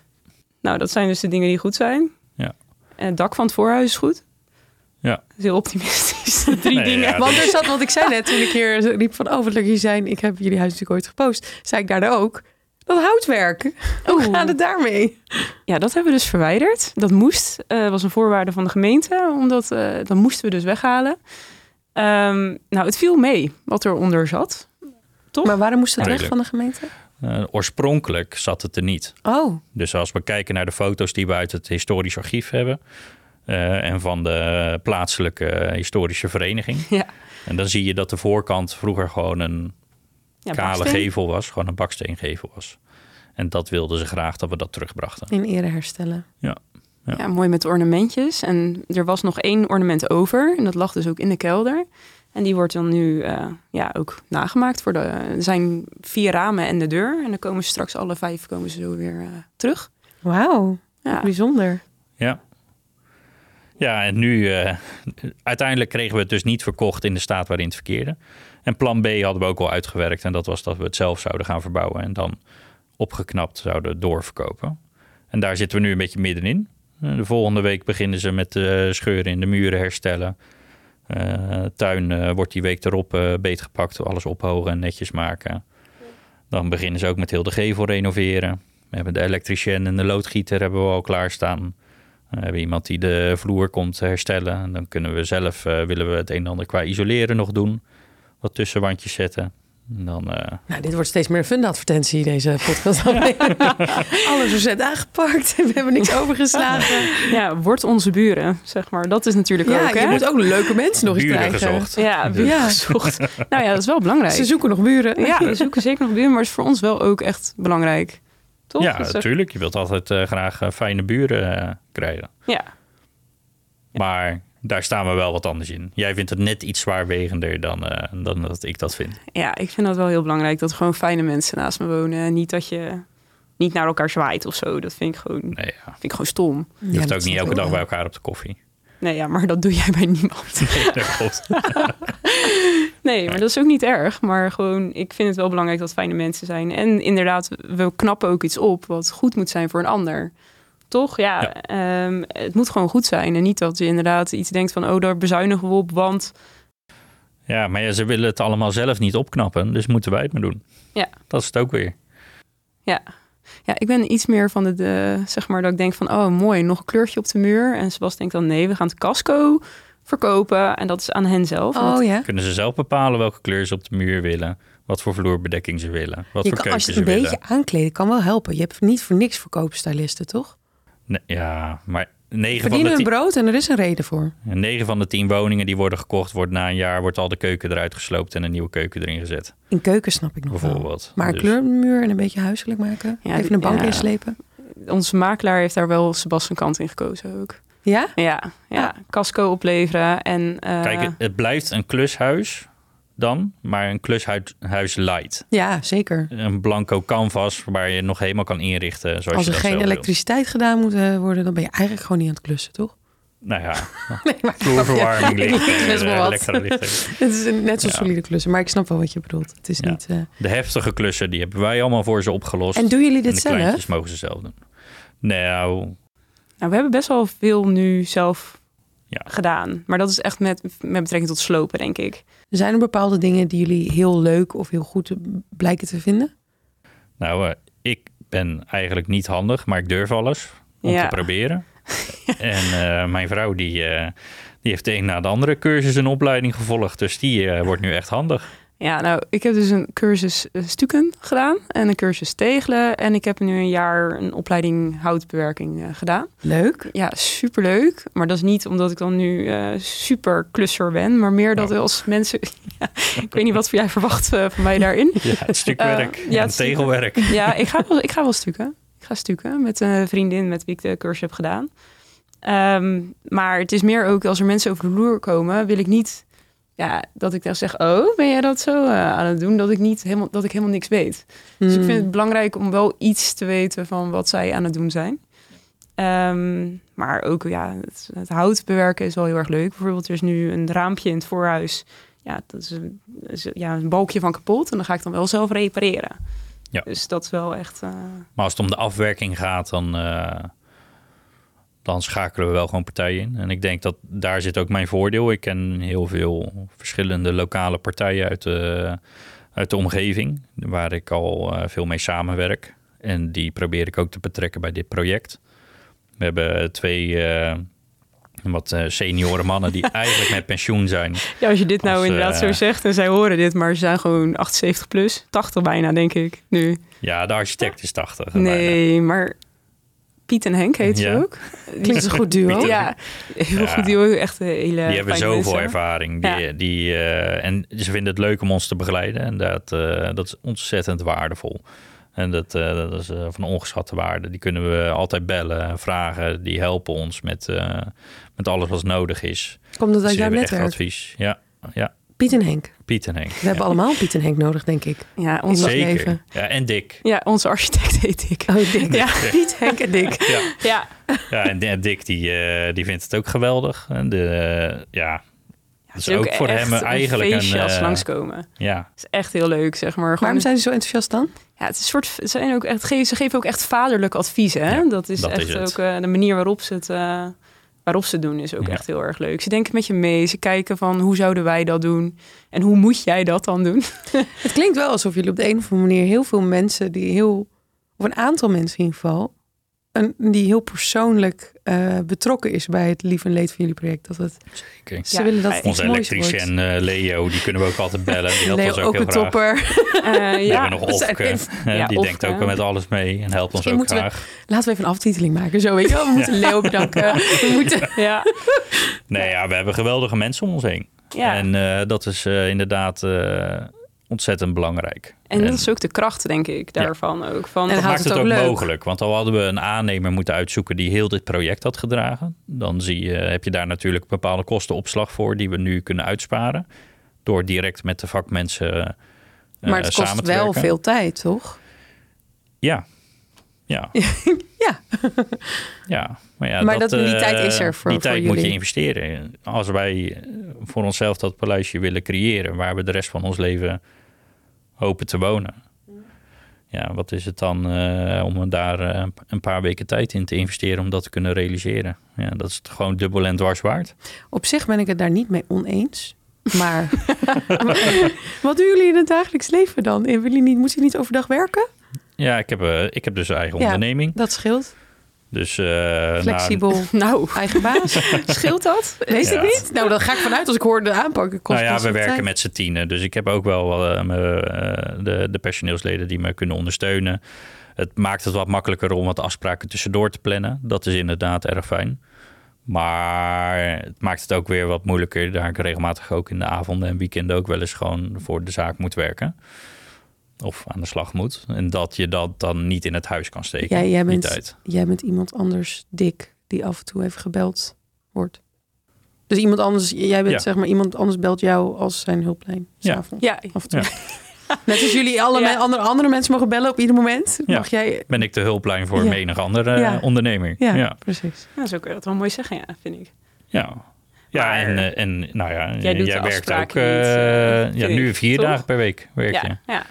Speaker 3: Nou, dat zijn dus de dingen die goed zijn.
Speaker 2: Ja.
Speaker 3: En het dak van het voorhuis is goed.
Speaker 2: Ja.
Speaker 3: Dat is heel optimistisch, de drie
Speaker 2: Nee,
Speaker 3: dingen.
Speaker 2: ja, dus,
Speaker 1: Want er zat wat ik zei net toen ik hier riep van... oh, wat leuk jullie zijn. Ik heb jullie huis natuurlijk ooit gepost. Zei ik daar ook... Dat houtwerk. Hoe
Speaker 3: Oeh.
Speaker 1: gaat het daarmee?
Speaker 3: Ja, dat hebben we dus verwijderd. Dat moest, eh, was een voorwaarde van de gemeente, omdat eh dat moesten we dus weghalen. Ehm, nou, het viel mee wat eronder zat. Toch?
Speaker 1: Maar waarom moest dat weg
Speaker 2: Redelijk.
Speaker 1: van de gemeente?
Speaker 2: eh, oorspronkelijk zat het er niet.
Speaker 1: Oh,
Speaker 2: Dus als we kijken naar de foto's die we uit het historisch archief hebben. eh, en van de plaatselijke historische vereniging.
Speaker 3: Ja.
Speaker 2: En dan zie je dat de voorkant vroeger gewoon een
Speaker 3: Ja,
Speaker 2: kale
Speaker 3: baksteen.
Speaker 2: gevel was. Gewoon een baksteengevel was. En dat wilden ze graag dat we dat terugbrachten.
Speaker 1: in ere herstellen.
Speaker 2: ja.
Speaker 3: Ja, mooi met ornamentjes. En er was nog één ornament over. En dat lag dus ook in de kelder. En die wordt dan nu eh, ja, ook nagemaakt. Voor de, er zijn vier ramen en de deur. En dan komen ze straks alle vijf komen ze zo weer eh, terug.
Speaker 1: Wauw,
Speaker 3: Ja.
Speaker 1: bijzonder.
Speaker 2: Ja. Ja, en nu, eh, uiteindelijk kregen we het dus niet verkocht in de staat waarin het verkeerde. En plan B hadden we ook al uitgewerkt. En dat was dat we het zelf zouden gaan verbouwen en dan opgeknapt zouden doorverkopen. En daar zitten we nu een beetje middenin. Eh, De volgende week beginnen ze met de scheuren in de muren herstellen. Eh, tuin eh, wordt die week erop eh, beetgepakt, alles ophogen en netjes maken. Dan beginnen ze ook met heel de gevel renoveren. We hebben de elektricien en de loodgieter hebben we al klaarstaan. We Eh, hebben iemand die de vloer komt herstellen. En dan kunnen we zelf, eh, willen we het een en ander qua isoleren nog doen. Wat tussenwandjes zetten. En dan, eh,
Speaker 1: Nou, dit wordt steeds meer een funda-advertentie, deze podcast. Alles is net aangepakt. We hebben niks overgeslagen.
Speaker 3: Ja, wordt onze buren, zeg maar. Dat is natuurlijk
Speaker 1: Ja,
Speaker 3: ook, hè?
Speaker 1: je moet ook leuke mensen nog eens
Speaker 2: Buren
Speaker 1: krijgen.
Speaker 2: gezocht. Dus-
Speaker 3: Ja, buren
Speaker 1: Ja.
Speaker 3: gezocht. Nou ja, dat is wel belangrijk.
Speaker 1: Ze zoeken nog buren.
Speaker 3: Ja, we zoeken zeker nog buren, maar het is voor ons wel ook echt belangrijk. Toch?
Speaker 2: ja,
Speaker 3: Dat is-
Speaker 2: natuurlijk. Je wilt altijd eh, graag eh, fijne buren eh, krijgen.
Speaker 3: ja.
Speaker 2: Maar daar staan we wel wat anders in. Jij vindt het net iets zwaarwegender dan, eh, dan dat ik dat vind.
Speaker 3: ja, ik vind dat wel heel belangrijk dat er gewoon fijne mensen naast me wonen. En niet dat je niet naar elkaar zwaait of zo. Dat vind ik gewoon,
Speaker 2: Nee, ja.
Speaker 3: vind ik gewoon stom.
Speaker 1: Ja,
Speaker 2: Je hoeft
Speaker 1: dat
Speaker 2: ook niet
Speaker 1: snap
Speaker 2: elke
Speaker 1: ik
Speaker 2: dag bij
Speaker 1: wel.
Speaker 2: elkaar op de koffie.
Speaker 3: Nee, ja, maar dat doe jij bij niemand.
Speaker 2: Nee, dat klopt.
Speaker 3: Nee, maar dat is ook niet erg. Maar gewoon, ik vind het wel belangrijk dat fijne mensen zijn. En inderdaad, we knappen ook iets op wat goed moet zijn voor een ander. Toch? Ja,
Speaker 2: Ja.
Speaker 3: ehm, het moet gewoon goed zijn. En niet dat je inderdaad iets denkt van, oh, daar bezuinigen we op, want...
Speaker 2: ja, maar ja, ze willen het allemaal zelf niet opknappen. Dus moeten wij het maar doen.
Speaker 3: Ja.
Speaker 2: Dat is het ook weer.
Speaker 3: Ja, ik ben iets meer van de, de, zeg maar, dat ik denk van, oh mooi, nog een kleurtje op de muur. En Sebas denkt dan, nee, we gaan het casco verkopen. En dat is aan hen zelf. Want-
Speaker 1: Oh ja.
Speaker 2: Kunnen ze zelf bepalen welke kleur ze op de muur willen, wat voor vloerbedekking ze willen, wat
Speaker 1: Je
Speaker 2: voor
Speaker 1: kan,
Speaker 2: keuken
Speaker 1: als je
Speaker 2: ze
Speaker 1: het een beetje
Speaker 2: willen.
Speaker 1: aankleden kan wel helpen. Je hebt niet voor niks verkoopstylisten, toch?
Speaker 2: Nee, ja, maar 9 van,
Speaker 1: Verdienen
Speaker 2: de
Speaker 1: hun
Speaker 2: 10,
Speaker 1: brood en er is een reden voor.
Speaker 2: 9 van de 10 woningen die worden gekocht, wordt na een jaar wordt al de keuken eruit gesloopt en een nieuwe keuken erin gezet,
Speaker 1: In keuken snap ik nog wel.
Speaker 2: bijvoorbeeld.
Speaker 1: Maar een
Speaker 2: Dus-
Speaker 1: kleurmuur en een beetje huiselijk maken.
Speaker 3: Ja,
Speaker 1: Even een bank
Speaker 3: ja.
Speaker 1: inslepen.
Speaker 3: Onze makelaar heeft daar wel Sebas zijn kant in gekozen ook.
Speaker 1: Ja?
Speaker 3: Ja, ja, casco opleveren en... eh,
Speaker 2: Kijk, het- het blijft een klushuis dan, maar een klushuis huis light.
Speaker 1: Ja, zeker.
Speaker 2: Een blanco canvas waar je nog helemaal kan inrichten zoals
Speaker 1: Als er
Speaker 2: je dat
Speaker 1: geen
Speaker 2: zelf wilt.
Speaker 1: elektriciteit gedaan moet eh, worden, dan ben je eigenlijk gewoon niet aan het klussen, toch?
Speaker 2: nou ja,
Speaker 1: Nee, maar
Speaker 2: vloerverwarming
Speaker 1: Ja,
Speaker 2: ligt. eh,
Speaker 1: best wel wat.
Speaker 2: Lekkere licht.
Speaker 1: Het is een- net zo'n
Speaker 2: Ja.
Speaker 1: solide klussen, maar ik snap wel wat je bedoelt. Het is
Speaker 2: Ja.
Speaker 1: niet... eh,
Speaker 2: De heftige klussen, die hebben wij allemaal voor ze opgelost.
Speaker 1: En doen jullie dit
Speaker 2: de
Speaker 1: zelf?
Speaker 2: kleintjes mogen ze zelf doen. Nou,
Speaker 3: Nou, we hebben best wel veel nu zelf
Speaker 2: Ja.
Speaker 3: gedaan. Maar dat is echt met, met betrekking tot slopen, denk ik.
Speaker 1: Zijn er bepaalde dingen die jullie heel leuk of heel goed blijken te vinden?
Speaker 2: nou eh, ik ben eigenlijk niet handig, maar ik durf alles om
Speaker 3: Ja.
Speaker 2: te proberen. en eh, mijn vrouw, die, eh, die heeft de een na de andere cursus en opleiding gevolgd. Dus die eh, wordt nu echt handig.
Speaker 3: Ja, nou, ik heb dus een cursus eh, stukken gedaan en een cursus tegelen. En ik heb nu een jaar een opleiding houtbewerking eh, gedaan.
Speaker 1: Leuk.
Speaker 3: Ja, superleuk. Maar dat is niet omdat ik dan nu super klusser ben, maar meer dat
Speaker 2: Oh.
Speaker 3: als mensen... ja, ik weet niet wat jij verwacht eh, van mij daarin.
Speaker 2: Ja, het stukwerk
Speaker 3: Eh, ja,
Speaker 2: en
Speaker 3: het stuk-
Speaker 2: tegelwerk.
Speaker 3: Ja, ik ga wel, ik ga wel stukken. Ik ga stukken met een vriendin met wie ik de cursus heb gedaan. Ehm, maar het is meer ook als er mensen over de loer komen, wil ik niet ja, dat ik dan zeg: Oh, ben jij dat zo eh, aan het doen? Dat ik, niet helemaal, dat ik helemaal niks weet. Dus
Speaker 2: Hmm.
Speaker 1: Hmm.
Speaker 3: ik vind het belangrijk om wel iets te weten van wat zij aan het doen zijn. Ehm, maar ook ja, het, het hout bewerken is wel heel erg leuk. Bijvoorbeeld, er is nu een raampje in het voorhuis. Ja, dat is een, is- ja, een balkje van kapot. En dan ga ik dan wel zelf repareren.
Speaker 2: Ja.
Speaker 3: Dus dat is wel echt. eh,
Speaker 2: Maar als het om de afwerking gaat, dan, eh, dan schakelen we wel gewoon partijen in. En ik denk dat daar zit ook mijn voordeel. Ik ken heel veel verschillende lokale partijen uit de, uit de omgeving, waar ik al eh, veel mee samenwerk. En die probeer ik ook te betrekken bij dit project. We hebben twee eh, wat eh, senioren mannen die eigenlijk met pensioen zijn.
Speaker 3: Ja, als je dit nou
Speaker 2: Als,
Speaker 3: inderdaad
Speaker 2: eh,
Speaker 3: zo zegt en zij horen dit, maar ze zijn gewoon 78 plus, 80 bijna, denk ik nu.
Speaker 2: Ja, de architect is 80. bijna.
Speaker 3: Nee, maar Piet en Henk heet
Speaker 2: Ja.
Speaker 3: ze ook. Die-
Speaker 1: Klinkt een goed duo.
Speaker 2: Niet
Speaker 3: Ja, heel
Speaker 2: Ja.
Speaker 3: goed. Die hoor echt een hele.
Speaker 2: Die hebben
Speaker 3: fijne
Speaker 2: zoveel
Speaker 3: mensen.
Speaker 2: ervaring. Die,
Speaker 3: Ja.
Speaker 2: die, eh, en ze vinden het leuk om ons te begeleiden. En dat, eh, dat is ontzettend waardevol. En dat, eh, dat is eh, van ongeschatte waarde. Die kunnen we altijd bellen, vragen. Die helpen ons met, eh, met alles wat nodig is.
Speaker 1: Komt dat
Speaker 2: Dus
Speaker 1: uit
Speaker 2: ze
Speaker 1: jouw
Speaker 2: hebben echt
Speaker 1: netwerk?
Speaker 2: advies. Ja, ja.
Speaker 1: Piet en Henk. We
Speaker 2: Piet en Henk. We
Speaker 1: hebben allemaal Piet en Henk nodig, denk ik.
Speaker 3: Ja, onze,
Speaker 1: Zeker.
Speaker 2: Zeker.
Speaker 1: leven.
Speaker 2: Ja, en Dick.
Speaker 3: ja, onze architect heet ik.
Speaker 1: Oh, Dick.
Speaker 3: Ja.
Speaker 1: Piet, Henk en Dick.
Speaker 2: Ja.
Speaker 3: Ja.
Speaker 2: Ja, en en Dick die, eh, die vindt het ook geweldig. En de, eh, ja,
Speaker 3: Het
Speaker 2: is ook voor
Speaker 3: echt
Speaker 2: hem eigenlijk
Speaker 3: een feestje
Speaker 2: een,
Speaker 3: als
Speaker 2: eh,
Speaker 3: ze langskomen. Het
Speaker 2: ja.
Speaker 3: is echt heel leuk, zeg maar. Gewoon
Speaker 1: Waarom zijn ze zo enthousiast dan?
Speaker 3: Ja, het is een soort, ze, zijn ook echt, ge- ze geven ook echt vaderlijk advies. Hè?
Speaker 2: Ja,
Speaker 3: dat is
Speaker 2: dat
Speaker 3: echt
Speaker 2: is het.
Speaker 3: ook eh, de manier waarop ze het, eh, waarop ze het doen, is ook
Speaker 2: Ja.
Speaker 3: echt heel erg leuk. Ze denken met je mee, ze kijken van hoe zouden wij dat doen en hoe moet jij dat dan doen?
Speaker 1: Het klinkt wel alsof jullie op de een of andere manier heel veel mensen die heel, of een aantal mensen in ieder geval, een, die heel persoonlijk eh, betrokken is bij het lief en leed van jullie project. Dat het,
Speaker 2: Zeker.
Speaker 1: ze
Speaker 3: Ja,
Speaker 1: willen dat
Speaker 3: hij-
Speaker 1: het iets
Speaker 2: Onze
Speaker 1: moois
Speaker 2: elektricien eh, Leo, die kunnen we ook altijd bellen. Die helpt
Speaker 1: wordt.
Speaker 2: ons
Speaker 1: Leo,
Speaker 2: ook,
Speaker 1: ook
Speaker 2: heel
Speaker 1: een
Speaker 2: graag.
Speaker 1: topper.
Speaker 3: Eh,
Speaker 2: We
Speaker 3: ja,
Speaker 2: hebben nog
Speaker 1: dat zijn
Speaker 2: Ofke. hè,
Speaker 3: Ja,
Speaker 2: die
Speaker 3: Ofke.
Speaker 2: denkt ook met alles mee en helpt ons
Speaker 1: Misschien
Speaker 2: ook
Speaker 1: moeten we-
Speaker 2: graag.
Speaker 1: Laten we even een aftiteling maken. Zo, weet je wel, we moeten Leo bedanken. We moeten...
Speaker 3: ja,
Speaker 2: Nee, ja, we hebben geweldige mensen om ons heen.
Speaker 3: ja. En,
Speaker 2: En eh, dat is eh, inderdaad eh, ontzettend belangrijk.
Speaker 3: dat is ook de kracht, denk ik, daarvan ook. Van, oh,
Speaker 1: En houdt
Speaker 2: dat maakt
Speaker 1: het
Speaker 2: het
Speaker 1: ook
Speaker 2: ook,
Speaker 1: leuk.
Speaker 2: mogelijk. Want al hadden we een aannemer moeten uitzoeken die heel dit project had gedragen. Dan zie je, heb je daar natuurlijk bepaalde kostenopslag voor die we nu kunnen uitsparen. Door direct met de vakmensen eh,
Speaker 1: Maar het kost
Speaker 2: samen te
Speaker 1: wel
Speaker 2: werken.
Speaker 1: veel tijd, toch?
Speaker 2: Ja. Ja.
Speaker 1: Ja.
Speaker 2: ja. Maar, ja,
Speaker 1: Maar dat- die
Speaker 2: eh,
Speaker 1: tijd is er voor-
Speaker 2: Die
Speaker 1: voor
Speaker 2: tijd moet je
Speaker 1: jullie.
Speaker 2: investeren. Als wij eh, voor onszelf dat paleisje willen creëren... waar we de rest van ons leven hopen te wonen... ja, wat is het dan eh, om daar eh, een paar weken tijd in te investeren... om dat te kunnen realiseren? Ja, dat is het gewoon dubbel en dwars waard.
Speaker 1: Op zich ben ik het daar niet mee oneens. Maar wat doen jullie in het dagelijks leven dan? Eh, Willen jullie niet, moeten jullie niet overdag werken?
Speaker 2: Ja, ik heb, eh, ik heb dus een eigen
Speaker 1: Ja.
Speaker 2: onderneming.
Speaker 1: Dat scheelt.
Speaker 2: Dus, eh, nou,
Speaker 1: Flexibel,
Speaker 3: nou,
Speaker 1: eigen baas.
Speaker 3: scheelt dat?
Speaker 1: Weet
Speaker 2: Ja.
Speaker 1: ik niet. Nou, dan ga ik vanuit als ik hoor de aanpak. Het kost
Speaker 2: nou ja,
Speaker 1: kost
Speaker 2: we
Speaker 1: wat
Speaker 2: werken
Speaker 1: tijd.
Speaker 2: met z'n tienen. Dus ik heb ook wel eh, me, eh, de, de personeelsleden die me kunnen ondersteunen. Het maakt het wat makkelijker om wat afspraken tussendoor te plannen. Dat is inderdaad erg fijn. Maar het maakt het ook weer wat moeilijker. Daar ik regelmatig ook in de avonden en weekenden ook wel eens gewoon voor de zaak moet werken. Of aan de slag moet. En dat je dat dan niet in het huis kan steken.
Speaker 1: Jij, jij,
Speaker 2: die
Speaker 1: bent,
Speaker 2: tijd.
Speaker 1: jij bent iemand anders dik die af en toe even gebeld wordt. Dus iemand anders, jij bent
Speaker 2: Ja.
Speaker 1: zeg maar, iemand anders belt jou als zijn hulplijn.
Speaker 2: Ja.
Speaker 1: s'avonds,
Speaker 3: Ja,
Speaker 1: Af en toe. Net als jullie alle
Speaker 3: Ja.
Speaker 1: me- andere, andere mensen mogen bellen op ieder moment.
Speaker 2: Ja.
Speaker 1: Mag jij.
Speaker 2: Ben ik de hulplijn voor
Speaker 1: Ja.
Speaker 2: menig andere eh,
Speaker 1: Ja.
Speaker 2: ondernemer.
Speaker 1: Ja,
Speaker 2: ja.
Speaker 1: precies.
Speaker 3: eh, dat is ook wel mooi zeggen, ja, vind ik.
Speaker 2: Ja. Ja,
Speaker 3: Maar-
Speaker 2: en, eh, en nou ja,
Speaker 3: Jij doet de
Speaker 2: werkt
Speaker 3: afspraken
Speaker 2: ook. eh,
Speaker 3: niet, eh,
Speaker 2: ja,
Speaker 3: natuurlijk,
Speaker 2: nu vier
Speaker 3: toch?
Speaker 2: dagen per week werk je.
Speaker 3: ja, ja.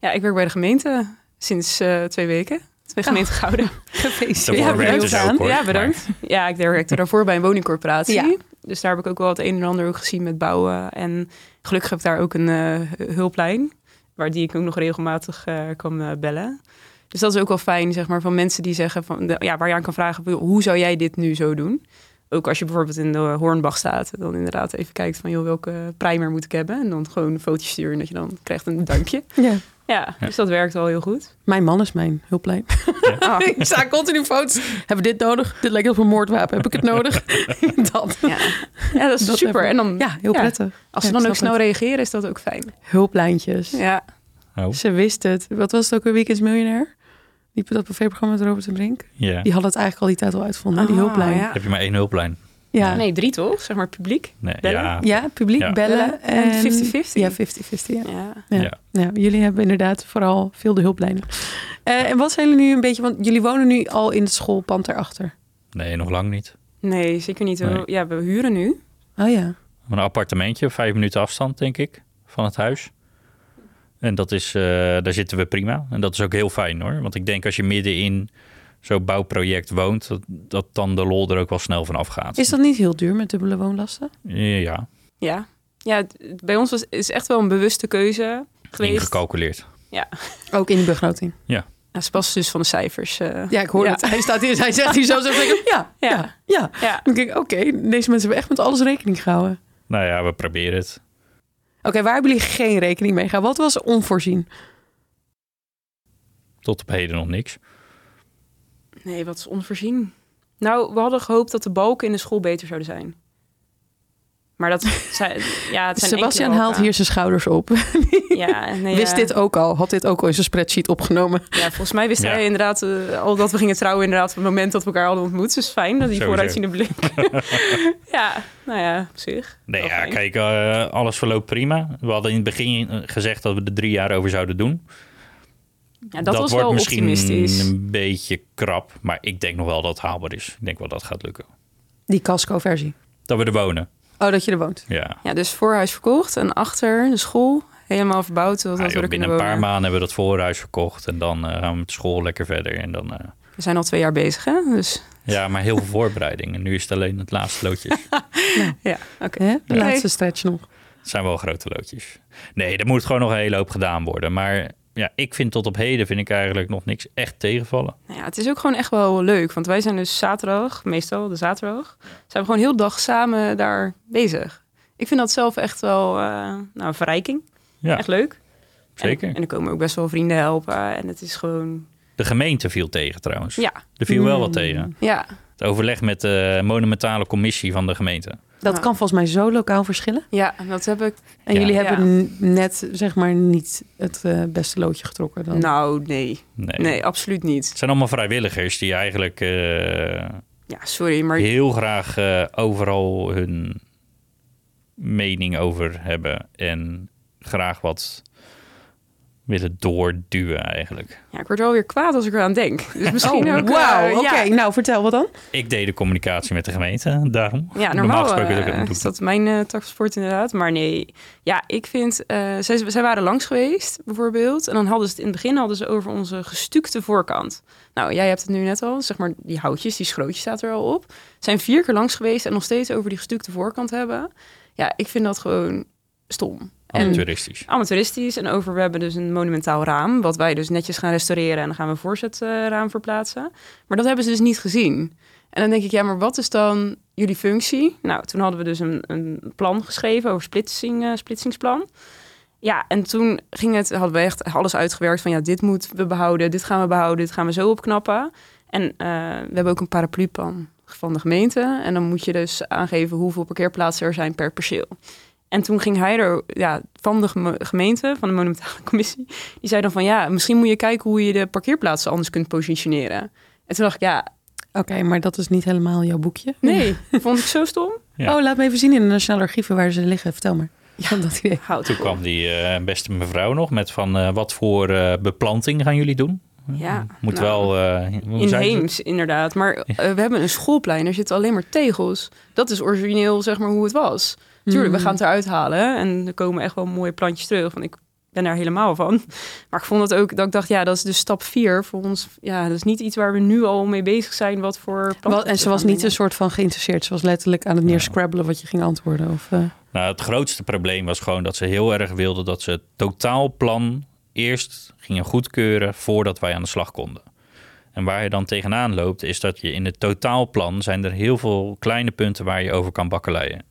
Speaker 3: ja, ik werk bij de gemeente sinds eh, twee weken. Bij de gemeente Gouden.
Speaker 4: Gefeliciteerd.
Speaker 2: Oh. Daarvoor
Speaker 3: Ja,
Speaker 2: werkte
Speaker 3: bedankt.
Speaker 2: ze ook, hoor.
Speaker 3: ja, bedankt. Ja, ik werkte daarvoor bij een woningcorporatie.
Speaker 4: Ja.
Speaker 3: Dus daar heb ik ook wel het een en ander ook gezien met bouwen. En gelukkig heb ik daar ook een eh, hulplijn, waar die ik ook nog regelmatig eh, kan eh, bellen. Dus dat is ook wel fijn, zeg maar, van mensen die zeggen van, de- ja, waar je aan kan vragen, van, hoe zou jij dit nu zo doen? Ook als je bijvoorbeeld in de Hoornbach staat, dan inderdaad even kijkt van, joh, welke primer moet ik hebben? En dan gewoon een fotootje sturen en dat je dan krijgt een dankje.
Speaker 4: Ja.
Speaker 3: Ja,
Speaker 2: Ja.
Speaker 3: dus dat werkt wel heel goed.
Speaker 1: Mijn man is mijn hulplijn.
Speaker 3: Ah,
Speaker 1: ik sta continu foto's. Hebben we dit nodig? Dit lijkt op een moordwapen. Heb ik het nodig? dat.
Speaker 3: ja. ja, dat is
Speaker 1: Dat
Speaker 3: super.
Speaker 1: even.
Speaker 3: En dan,
Speaker 1: Ja, heel
Speaker 3: Ja.
Speaker 1: prettig.
Speaker 3: Als
Speaker 1: Ja,
Speaker 3: ze
Speaker 1: ik
Speaker 3: dan ook
Speaker 1: snap
Speaker 3: snel reageren, is dat ook fijn.
Speaker 1: Hulplijntjes.
Speaker 3: Ja.
Speaker 2: Oh,
Speaker 1: Ze wist het. Wat was het ook? Een Weekends Miljonair? Die dat buffetprogramma met Robert en Brink.
Speaker 2: ja.
Speaker 1: Die hadden het eigenlijk al die tijd al uitgevonden. Ah, die hulplijn. Ja.
Speaker 2: Heb je maar één hulplijn?
Speaker 1: Ja.
Speaker 3: Ah, Nee, drie toch? Zeg maar publiek.
Speaker 2: Nee,
Speaker 3: Bellen?
Speaker 2: ja.
Speaker 1: publiek
Speaker 2: Ja.
Speaker 1: bellen.
Speaker 3: En 50-50.
Speaker 1: Ja, 50-50. Ja.
Speaker 3: Ja.
Speaker 1: Ja.
Speaker 2: Ja.
Speaker 1: Nou, jullie hebben inderdaad vooral veel de hulplijnen. Eh, en wat zijn jullie nu een beetje... Want jullie wonen nu al in het schoolpand daarachter.
Speaker 2: Nee, nog lang niet.
Speaker 3: Nee, zeker niet.
Speaker 2: Nee.
Speaker 3: Ja, we huren nu.
Speaker 1: Oh ja.
Speaker 2: Een appartementje, vijf minuten afstand, denk ik, van het huis. En dat is, eh, daar zitten we prima. En dat is ook heel fijn hoor. Want ik denk als je midden in zo'n bouwproject woont, dat, dat dan de lol er ook wel snel van afgaat.
Speaker 1: Is dat niet heel duur met dubbele woonlasten?
Speaker 2: Ja,
Speaker 3: Ja. Ja, het- het- bij ons was, is echt wel een bewuste keuze geweest.
Speaker 2: ingecalculeerd.
Speaker 1: Ook in de begroting.
Speaker 3: Ja, ze past dus van de cijfers. eh.
Speaker 1: Ja, ik hoor
Speaker 3: Ja.
Speaker 1: het. Hij staat hier, hij zegt hier zo. zo zeg ik, ja, ja,
Speaker 3: Ja.
Speaker 1: ja.
Speaker 3: Ja.
Speaker 1: Dan denk ik, oké, deze mensen hebben echt met alles rekening gehouden.
Speaker 2: Nou ja, we proberen het.
Speaker 1: Oké, waar hebben jullie geen rekening mee gehouden? Wat was onvoorzien?
Speaker 2: Tot op heden nog niks.
Speaker 3: Nee, wat is onvoorzien. Nou, we hadden gehoopt dat de balken in de school beter zouden zijn. Maar dat zijn, ja, het zijn
Speaker 1: Sebastian
Speaker 3: enkele
Speaker 1: haalt hier
Speaker 3: balken.
Speaker 1: zijn schouders op.
Speaker 3: Ja, eh, nee,
Speaker 1: Wist
Speaker 3: ja.
Speaker 1: dit ook al? Had dit ook al in zijn spreadsheet opgenomen?
Speaker 3: Ja, volgens mij wist
Speaker 2: Ja.
Speaker 3: hij inderdaad eh, al dat we gingen trouwen inderdaad op het moment dat we elkaar hadden ontmoet. Dus fijn dat hij
Speaker 2: Sowieso.
Speaker 3: vooruitziende blik. ja, nou ja, op zich.
Speaker 2: Nee,
Speaker 3: Wel
Speaker 2: ja,
Speaker 3: fijn.
Speaker 2: kijk, eh, alles verloopt prima. We hadden in het begin eh, gezegd dat we er drie jaar over zouden doen.
Speaker 3: Ja, dat, was wel
Speaker 2: misschien
Speaker 3: optimistisch.
Speaker 2: een beetje krap, maar ik denk nog wel dat het haalbaar is. Ik denk wel dat het gaat lukken.
Speaker 1: Die Casco-versie.
Speaker 2: Dat we er wonen,
Speaker 1: Oh, dat je er woont.
Speaker 2: ja.
Speaker 3: Ja, dus voorhuis verkocht en achter de school helemaal verbouwd. Zodat
Speaker 2: Ah,
Speaker 3: we
Speaker 2: joh,
Speaker 3: er
Speaker 2: binnen
Speaker 3: kunnen
Speaker 2: een paar
Speaker 3: wonen.
Speaker 2: maanden hebben we dat voorhuis verkocht en dan eh, gaan we met school lekker verder. En dan, eh,
Speaker 3: We zijn al twee jaar bezig, hè? Dus
Speaker 2: ja, maar heel veel voorbereiding. En nu is het alleen het laatste loodje.
Speaker 3: ja, oké.
Speaker 1: Hè? De
Speaker 3: Nee.
Speaker 1: laatste stretch nog.
Speaker 2: Het zijn wel grote loodjes. Nee, er moet gewoon nog een hele hoop gedaan worden. Maar ja, ik vind tot op heden vind ik eigenlijk nog niks echt tegenvallen.
Speaker 3: Nou ja, het is ook gewoon echt wel leuk. Want wij zijn dus zaterdag, meestal de zaterdag, zijn we gewoon heel de dag samen daar bezig. Ik vind dat zelf echt wel eh, nou, een verrijking.
Speaker 2: Ja,
Speaker 3: Echt leuk.
Speaker 2: zeker.
Speaker 3: En, en er komen ook best wel vrienden helpen. En het is gewoon,
Speaker 2: De gemeente viel tegen trouwens.
Speaker 3: ja,
Speaker 2: Er viel wel wat
Speaker 1: Mm.
Speaker 2: tegen.
Speaker 3: ja.
Speaker 2: Het overleg met de monumentale commissie van de gemeente.
Speaker 1: Dat
Speaker 3: Ja.
Speaker 1: kan volgens mij zo lokaal verschillen.
Speaker 3: Ja, dat heb ik.
Speaker 1: En
Speaker 2: Ja.
Speaker 1: jullie
Speaker 3: Ja.
Speaker 1: hebben n- net, zeg maar, niet het eh, beste loodje getrokken dan.
Speaker 3: Nou, nee.
Speaker 2: Nee.
Speaker 3: Nee, absoluut niet.
Speaker 2: Het zijn allemaal vrijwilligers die eigenlijk eh,
Speaker 3: Ja, sorry, maar
Speaker 2: heel graag eh, overal hun mening over hebben. En graag wat willen doorduwen eigenlijk.
Speaker 3: ja, ik word wel weer kwaad als ik eraan denk. Dus misschien
Speaker 1: Oh,
Speaker 3: ook...
Speaker 1: wauw.
Speaker 3: eh,
Speaker 1: Oké, nou vertel, wat dan?
Speaker 2: Ik deed de communicatie met de gemeente, daarom.
Speaker 3: ja. ja, normaal,
Speaker 2: gesproken
Speaker 3: eh,
Speaker 2: zou ik het
Speaker 3: is
Speaker 2: moeten
Speaker 3: dat mijn eh taksport inderdaad. Maar nee, ja, ik vind... eh, zij, zij waren langs geweest, bijvoorbeeld. En dan hadden ze het in het begin hadden ze over onze gestukte voorkant. Nou, jij hebt het nu net al. Zeg maar, die houtjes, die schrootje staat er al op. Zijn vier keer langs geweest en nog steeds over die gestukte voorkant hebben. Ja, ik vind dat gewoon stom.
Speaker 2: doen.
Speaker 3: En
Speaker 2: Amateuristisch.
Speaker 3: amateuristisch. En over, we hebben dus een monumentaal raam, wat wij dus netjes gaan restaureren en dan gaan we een voorzetraam verplaatsen. Maar dat hebben ze dus niet gezien. En dan denk ik, ja, maar wat is dan jullie functie? Nou, toen hadden we dus een, een plan geschreven over splitsing, eh, splitsingsplan. Ja, en toen ging het, hadden we echt alles uitgewerkt van ja, dit moeten we behouden, dit gaan we behouden, dit gaan we zo opknappen. En eh, we hebben ook een paraplu-plan van de gemeente. En dan moet je dus aangeven hoeveel parkeerplaatsen er zijn per perceel. En toen ging hij er ja, van de geme- gemeente, van de monumentale commissie, die zei dan van ja, misschien moet je kijken hoe je de parkeerplaatsen anders kunt positioneren. En toen dacht ik, ja,
Speaker 1: Oké, maar dat is niet helemaal jouw boekje.
Speaker 3: nee, vond ik zo stom.
Speaker 2: Ja.
Speaker 1: Oh, laat me even zien in de Nationale Archieven waar ze liggen. Vertel maar. Ja, dat idee.
Speaker 3: Houd
Speaker 2: Toen kwam die eh, beste mevrouw nog met van eh, wat voor eh, beplanting gaan jullie doen?
Speaker 3: Ja,
Speaker 2: Moet
Speaker 3: nou,
Speaker 2: wel... eh hoe zijn ze?
Speaker 3: Inheems, inderdaad. Maar eh, we hebben een schoolplein, er zitten alleen maar tegels. Dat is origineel, zeg maar, hoe het was.
Speaker 5: Hmm.
Speaker 3: Tuurlijk, we gaan het eruit halen hè, en er komen echt wel mooie plantjes terug. Want ik ben daar helemaal van. Maar ik vond het ook, dat ik dacht, ja, dat is dus stap vier voor ons. Ja, dat is niet iets waar we nu al mee bezig zijn, wat voor planten
Speaker 5: Wel, en
Speaker 3: we
Speaker 5: ze
Speaker 3: gaan
Speaker 5: was niet
Speaker 3: brengen.
Speaker 5: een soort van geïnteresseerd. Ze was letterlijk aan het neerscrabbelen wat je ging antwoorden. Of, eh,
Speaker 2: Nou, het grootste probleem was gewoon dat ze heel erg wilden dat ze het totaalplan eerst gingen goedkeuren voordat wij aan de slag konden. En waar je dan tegenaan loopt, is dat je in het totaalplan zijn er heel veel kleine punten waar je over kan bakkeleien.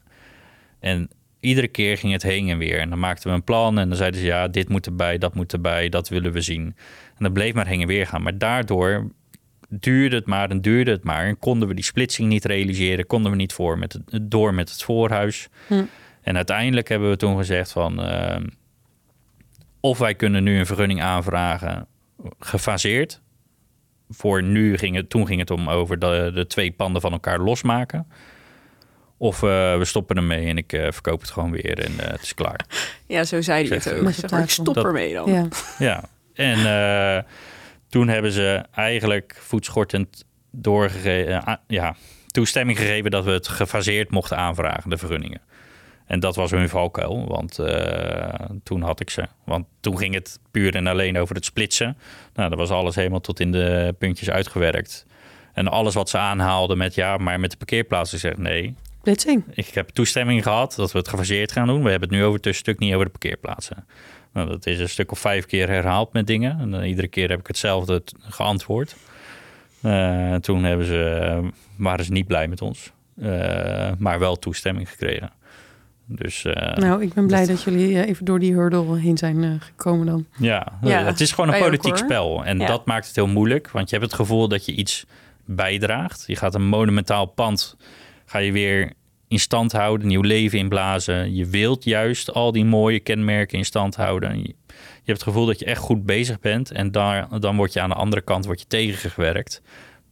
Speaker 2: En iedere keer ging het heen en weer. En dan maakten we een plan en dan zeiden ze ja, dit moet erbij, dat moet erbij, dat willen we zien. En dat bleef maar heen en weer gaan. Maar daardoor duurde het maar en duurde het maar. En konden we die splitsing niet realiseren, konden we niet voor met het, door met het voorhuis. En uiteindelijk hebben we toen gezegd van... eh, of wij kunnen nu een vergunning aanvragen gefaseerd. Voor nu ging het, toen ging het om over de, de twee panden van elkaar losmaken. Of eh, we stoppen ermee en ik eh, verkoop het gewoon weer en eh, het is klaar.
Speaker 3: Ja, zo zei hij het
Speaker 2: Zeg, eh,
Speaker 3: ook.
Speaker 5: met
Speaker 3: Zeg
Speaker 5: de
Speaker 3: maar, ik
Speaker 5: tafel.
Speaker 3: stop
Speaker 2: Dat-
Speaker 3: ermee dan.
Speaker 5: ja.
Speaker 2: Ja, en eh, toen hebben ze eigenlijk voetschortend doorgegeven, eh, a- ja, toestemming gegeven dat we het gefaseerd mochten aanvragen, de vergunningen. En dat was hun valkuil, want eh, toen had ik ze. Want toen ging het puur en alleen over het splitsen. Nou, dat was alles helemaal tot in de puntjes uitgewerkt. En alles wat ze aanhaalden met ja, maar met de parkeerplaats. Ik zeg nee,
Speaker 5: Blitzing.
Speaker 2: ik heb toestemming gehad dat we het gefaseerd gaan doen. We hebben het nu over het tussenstuk, niet over de parkeerplaatsen. Nou, dat is een stuk of vijf keer herhaald met dingen. En dan iedere keer heb ik hetzelfde t- geantwoord. Eh, toen hebben ze, eh, waren ze niet blij met ons. Eh, maar wel toestemming gekregen. Dus eh,
Speaker 5: nou, ik ben blij dat, jullie eh, even door die hurdle heen zijn eh, gekomen dan.
Speaker 2: ja,
Speaker 3: Ja,
Speaker 2: het is gewoon een
Speaker 3: wij ook,
Speaker 2: politiek
Speaker 3: hoor.
Speaker 2: spel. En
Speaker 3: Ja.
Speaker 2: dat maakt het heel moeilijk, want je hebt het gevoel dat je iets bijdraagt. Je gaat een monumentaal pand, ga je weer in stand houden, nieuw leven inblazen. Je wilt juist al die mooie kenmerken in stand houden. Je, je hebt het gevoel dat je echt goed bezig bent en daar, dan word je aan de andere kant word je tegengewerkt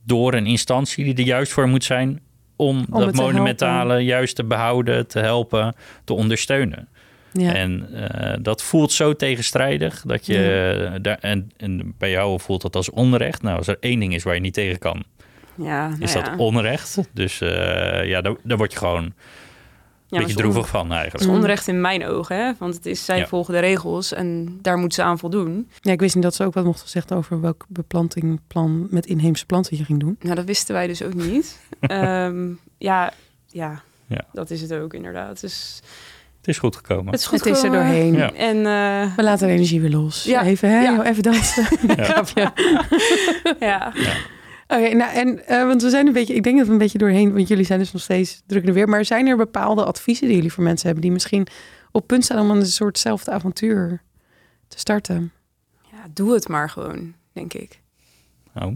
Speaker 2: door een instantie die er juist voor moet zijn om, dat
Speaker 5: het te
Speaker 2: monumentale juist te behouden, te helpen, te ondersteunen.
Speaker 5: Ja.
Speaker 2: En eh, dat voelt zo tegenstrijdig dat je eh, daar en, en bij jou voelt dat als onrecht. Nou, als er één ding is waar je niet tegen kan,
Speaker 3: Ja, nou
Speaker 2: is
Speaker 3: ja.
Speaker 2: dat onrecht. Dus eh, ja, daar, daar word je gewoon een
Speaker 3: Ja, maar
Speaker 2: beetje
Speaker 3: zo-
Speaker 2: droevig van
Speaker 3: Het
Speaker 2: eigenlijk.
Speaker 5: Hmm.
Speaker 3: is onrecht in mijn ogen, hè? want het is, zij
Speaker 2: Ja.
Speaker 3: volgen de regels en daar moeten ze aan voldoen.
Speaker 5: ja, ik wist niet dat ze ook wat mochten zeggen over welk beplantingplan met inheemse planten je ging doen.
Speaker 3: Nou, dat wisten wij dus ook niet. Ehm, ja, ja,
Speaker 2: Ja.
Speaker 3: dat is het ook inderdaad. Dus
Speaker 2: Het is goed gekomen.
Speaker 3: het is goed
Speaker 5: Het is er
Speaker 3: gekomen.
Speaker 5: doorheen.
Speaker 2: Ja.
Speaker 3: En eh,
Speaker 5: We laten de energie weer los.
Speaker 3: Ja.
Speaker 5: Even, hè?
Speaker 3: Ja.
Speaker 5: Oh, even dansen. Grapje.
Speaker 3: ja,
Speaker 5: Oké, nou en eh, want we zijn een beetje, ik denk dat we een beetje doorheen, want jullie zijn dus nog steeds druk in de weer. Maar zijn er bepaalde adviezen die jullie voor mensen hebben die misschien op punt staan om een soortzelfde avontuur te starten?
Speaker 3: ja, doe het maar gewoon, denk ik.
Speaker 2: Oh.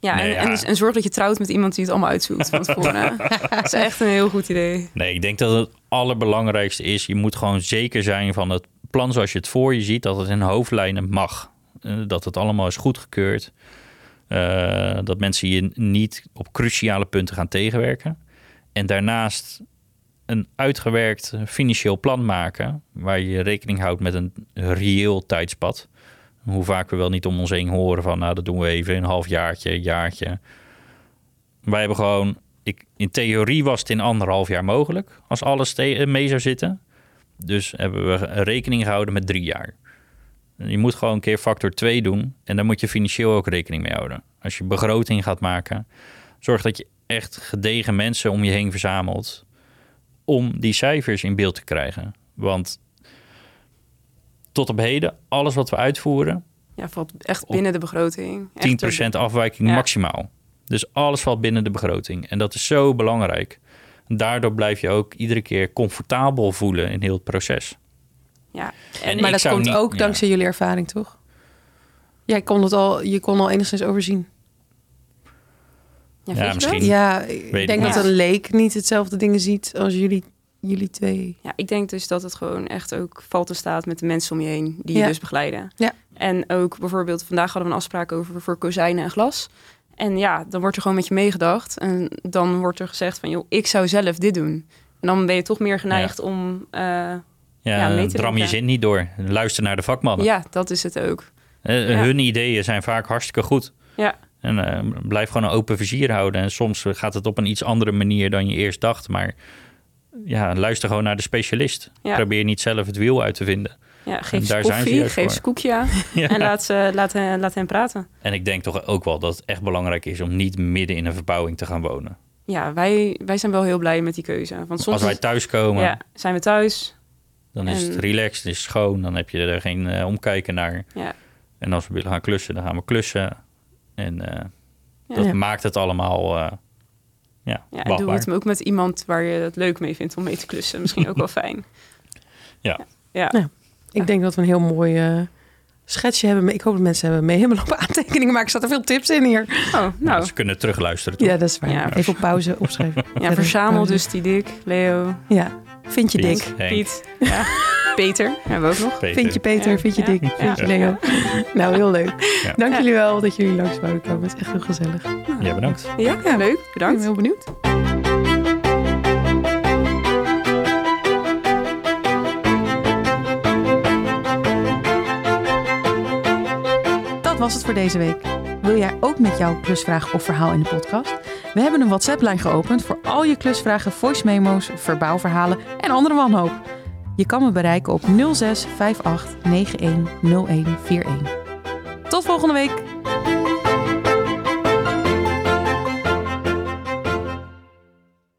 Speaker 3: Ja,
Speaker 2: Nee,
Speaker 3: en, dus,
Speaker 2: ja.
Speaker 3: En, en zorg dat je trouwt met iemand die het allemaal uitzoekt. Want voor, dat is echt een heel goed idee.
Speaker 2: Nee, ik denk dat het allerbelangrijkste is. Je moet gewoon zeker zijn van het plan zoals je het voor je ziet, dat het in hoofdlijnen mag. Eh, Dat het allemaal is goedgekeurd. Eh, dat mensen je niet op cruciale punten gaan tegenwerken. En daarnaast een uitgewerkt financieel plan maken. Waar je rekening houdt met een reëel tijdspad. Hoe vaak we wel niet om ons heen horen van, nou dat doen we even, een half jaartje, een jaartje. Wij hebben gewoon, ik, in theorie was het in anderhalf jaar mogelijk, als alles te- mee zou zitten. Dus hebben we rekening gehouden met drie jaar. Je moet gewoon een keer factor 2 doen en daar moet je financieel ook rekening mee houden. Als je begroting gaat maken, zorg dat je echt gedegen mensen om je heen verzamelt om die cijfers in beeld te krijgen. Want tot op heden, alles wat we uitvoeren,
Speaker 3: Ja, valt echt binnen de begroting. Echt
Speaker 2: 10% afwijking
Speaker 3: Ja.
Speaker 2: maximaal. Dus alles valt binnen de begroting. En dat is zo belangrijk. Daardoor blijf je ook iedere keer comfortabel voelen in heel het proces.
Speaker 3: Ja,
Speaker 2: En
Speaker 5: maar
Speaker 2: ik
Speaker 5: dat
Speaker 2: zou
Speaker 5: komt
Speaker 2: niet-
Speaker 5: ook
Speaker 2: ja.
Speaker 5: dankzij jullie ervaring, toch? Jij kon het al, je kon al enigszins overzien.
Speaker 2: Ja,
Speaker 3: ja, vind je dat?
Speaker 2: misschien.
Speaker 5: Ja, ik
Speaker 2: Weet ik
Speaker 5: denk
Speaker 3: niet.
Speaker 5: dat een leek niet hetzelfde dingen ziet als jullie, jullie twee.
Speaker 3: Ja, ik denk dus dat het gewoon echt ook valt te staat met de mensen om je heen die je
Speaker 5: Ja.
Speaker 3: dus begeleiden.
Speaker 5: Ja.
Speaker 3: En ook bijvoorbeeld, vandaag hadden we een afspraak over voor kozijnen en glas. En ja, dan wordt er gewoon met je meegedacht. En dan wordt er gezegd van, joh, ik zou zelf dit doen. En dan ben je toch meer geneigd om... eh,
Speaker 2: Ja,
Speaker 3: Ja, mee te
Speaker 2: dram je
Speaker 3: denken.
Speaker 2: zin niet door. Luister naar de vakmannen.
Speaker 3: ja, eh, dat is het ook.
Speaker 2: Eh,
Speaker 3: Ja.
Speaker 2: Hun ideeën zijn vaak hartstikke goed.
Speaker 3: Ja.
Speaker 2: En eh, blijf gewoon een open vizier houden. En soms eh, gaat het op een iets andere manier dan je eerst dacht. Maar ja, luister gewoon naar de specialist.
Speaker 3: Ja.
Speaker 2: Probeer niet zelf het wiel uit te vinden.
Speaker 3: Ja, geef ze
Speaker 2: daar zijn ze
Speaker 3: koffie,
Speaker 2: juist
Speaker 3: geef
Speaker 2: voor.
Speaker 3: ze koekje aan en laat, ze, laat, hen, laat hen praten.
Speaker 2: En ik denk toch ook wel dat het echt belangrijk is om niet midden in een verbouwing te gaan wonen.
Speaker 3: Ja, wij, wij zijn wel heel blij met die keuze. Want soms
Speaker 2: Als wij
Speaker 3: is-
Speaker 2: thuiskomen,
Speaker 3: ja, zijn we thuis.
Speaker 2: dan is het
Speaker 3: en-
Speaker 2: relaxed, is het schoon, dan heb je er geen eh, omkijken naar.
Speaker 3: Ja.
Speaker 2: En als we willen gaan klussen, dan gaan we klussen. En eh,
Speaker 3: Ja.
Speaker 2: dat
Speaker 1: Ja.
Speaker 2: maakt het allemaal eh ja,
Speaker 3: Ja, en doe
Speaker 2: wachtbaar.
Speaker 3: het ook met iemand waar je het leuk mee vindt om mee te klussen. Misschien ook wel fijn.
Speaker 2: Ja.
Speaker 3: Ja.
Speaker 1: Nou Ja. Ik denk dat we een heel mooi eh, schetsje hebben. Maar Ik hoop dat mensen hebben mee helemaal op aantekeningen maken. Er zaten veel tips in hier.
Speaker 3: Oh,
Speaker 2: Nou,
Speaker 3: nou.
Speaker 2: ze kunnen terugluisteren. Toch?
Speaker 1: Ja, dat is waar.
Speaker 3: Ja.
Speaker 1: Even op pauze opschrijven.
Speaker 3: Ja, verzamel dus die Dick, Leo,
Speaker 1: Ja, vind je
Speaker 2: Piet,
Speaker 1: dik.
Speaker 2: Henk,
Speaker 3: Piet, ja. Peter, hebben we ook nog.
Speaker 2: Peter.
Speaker 1: Vind je Peter,
Speaker 3: Ja,
Speaker 1: vind je
Speaker 3: ja,
Speaker 1: dik,
Speaker 3: ja.
Speaker 1: vind je
Speaker 3: Ja.
Speaker 1: Leo. Nou, heel leuk.
Speaker 2: Ja.
Speaker 1: Dank jullie wel dat jullie langs wouden komen. Het is echt heel gezellig. Ik
Speaker 2: Ja, bedankt.
Speaker 3: Ja, leuk.
Speaker 1: ben
Speaker 3: Bedankt.
Speaker 1: heel benieuwd. Dat was het voor deze week. Wil jij ook met jouw klusvraag of verhaal in de podcast? We hebben een WhatsApp-lijn geopend voor al je klusvragen, voice memo's, verbouwverhalen en andere wanhoop. Je kan me bereiken op 06 58 91 0141. Tot volgende week!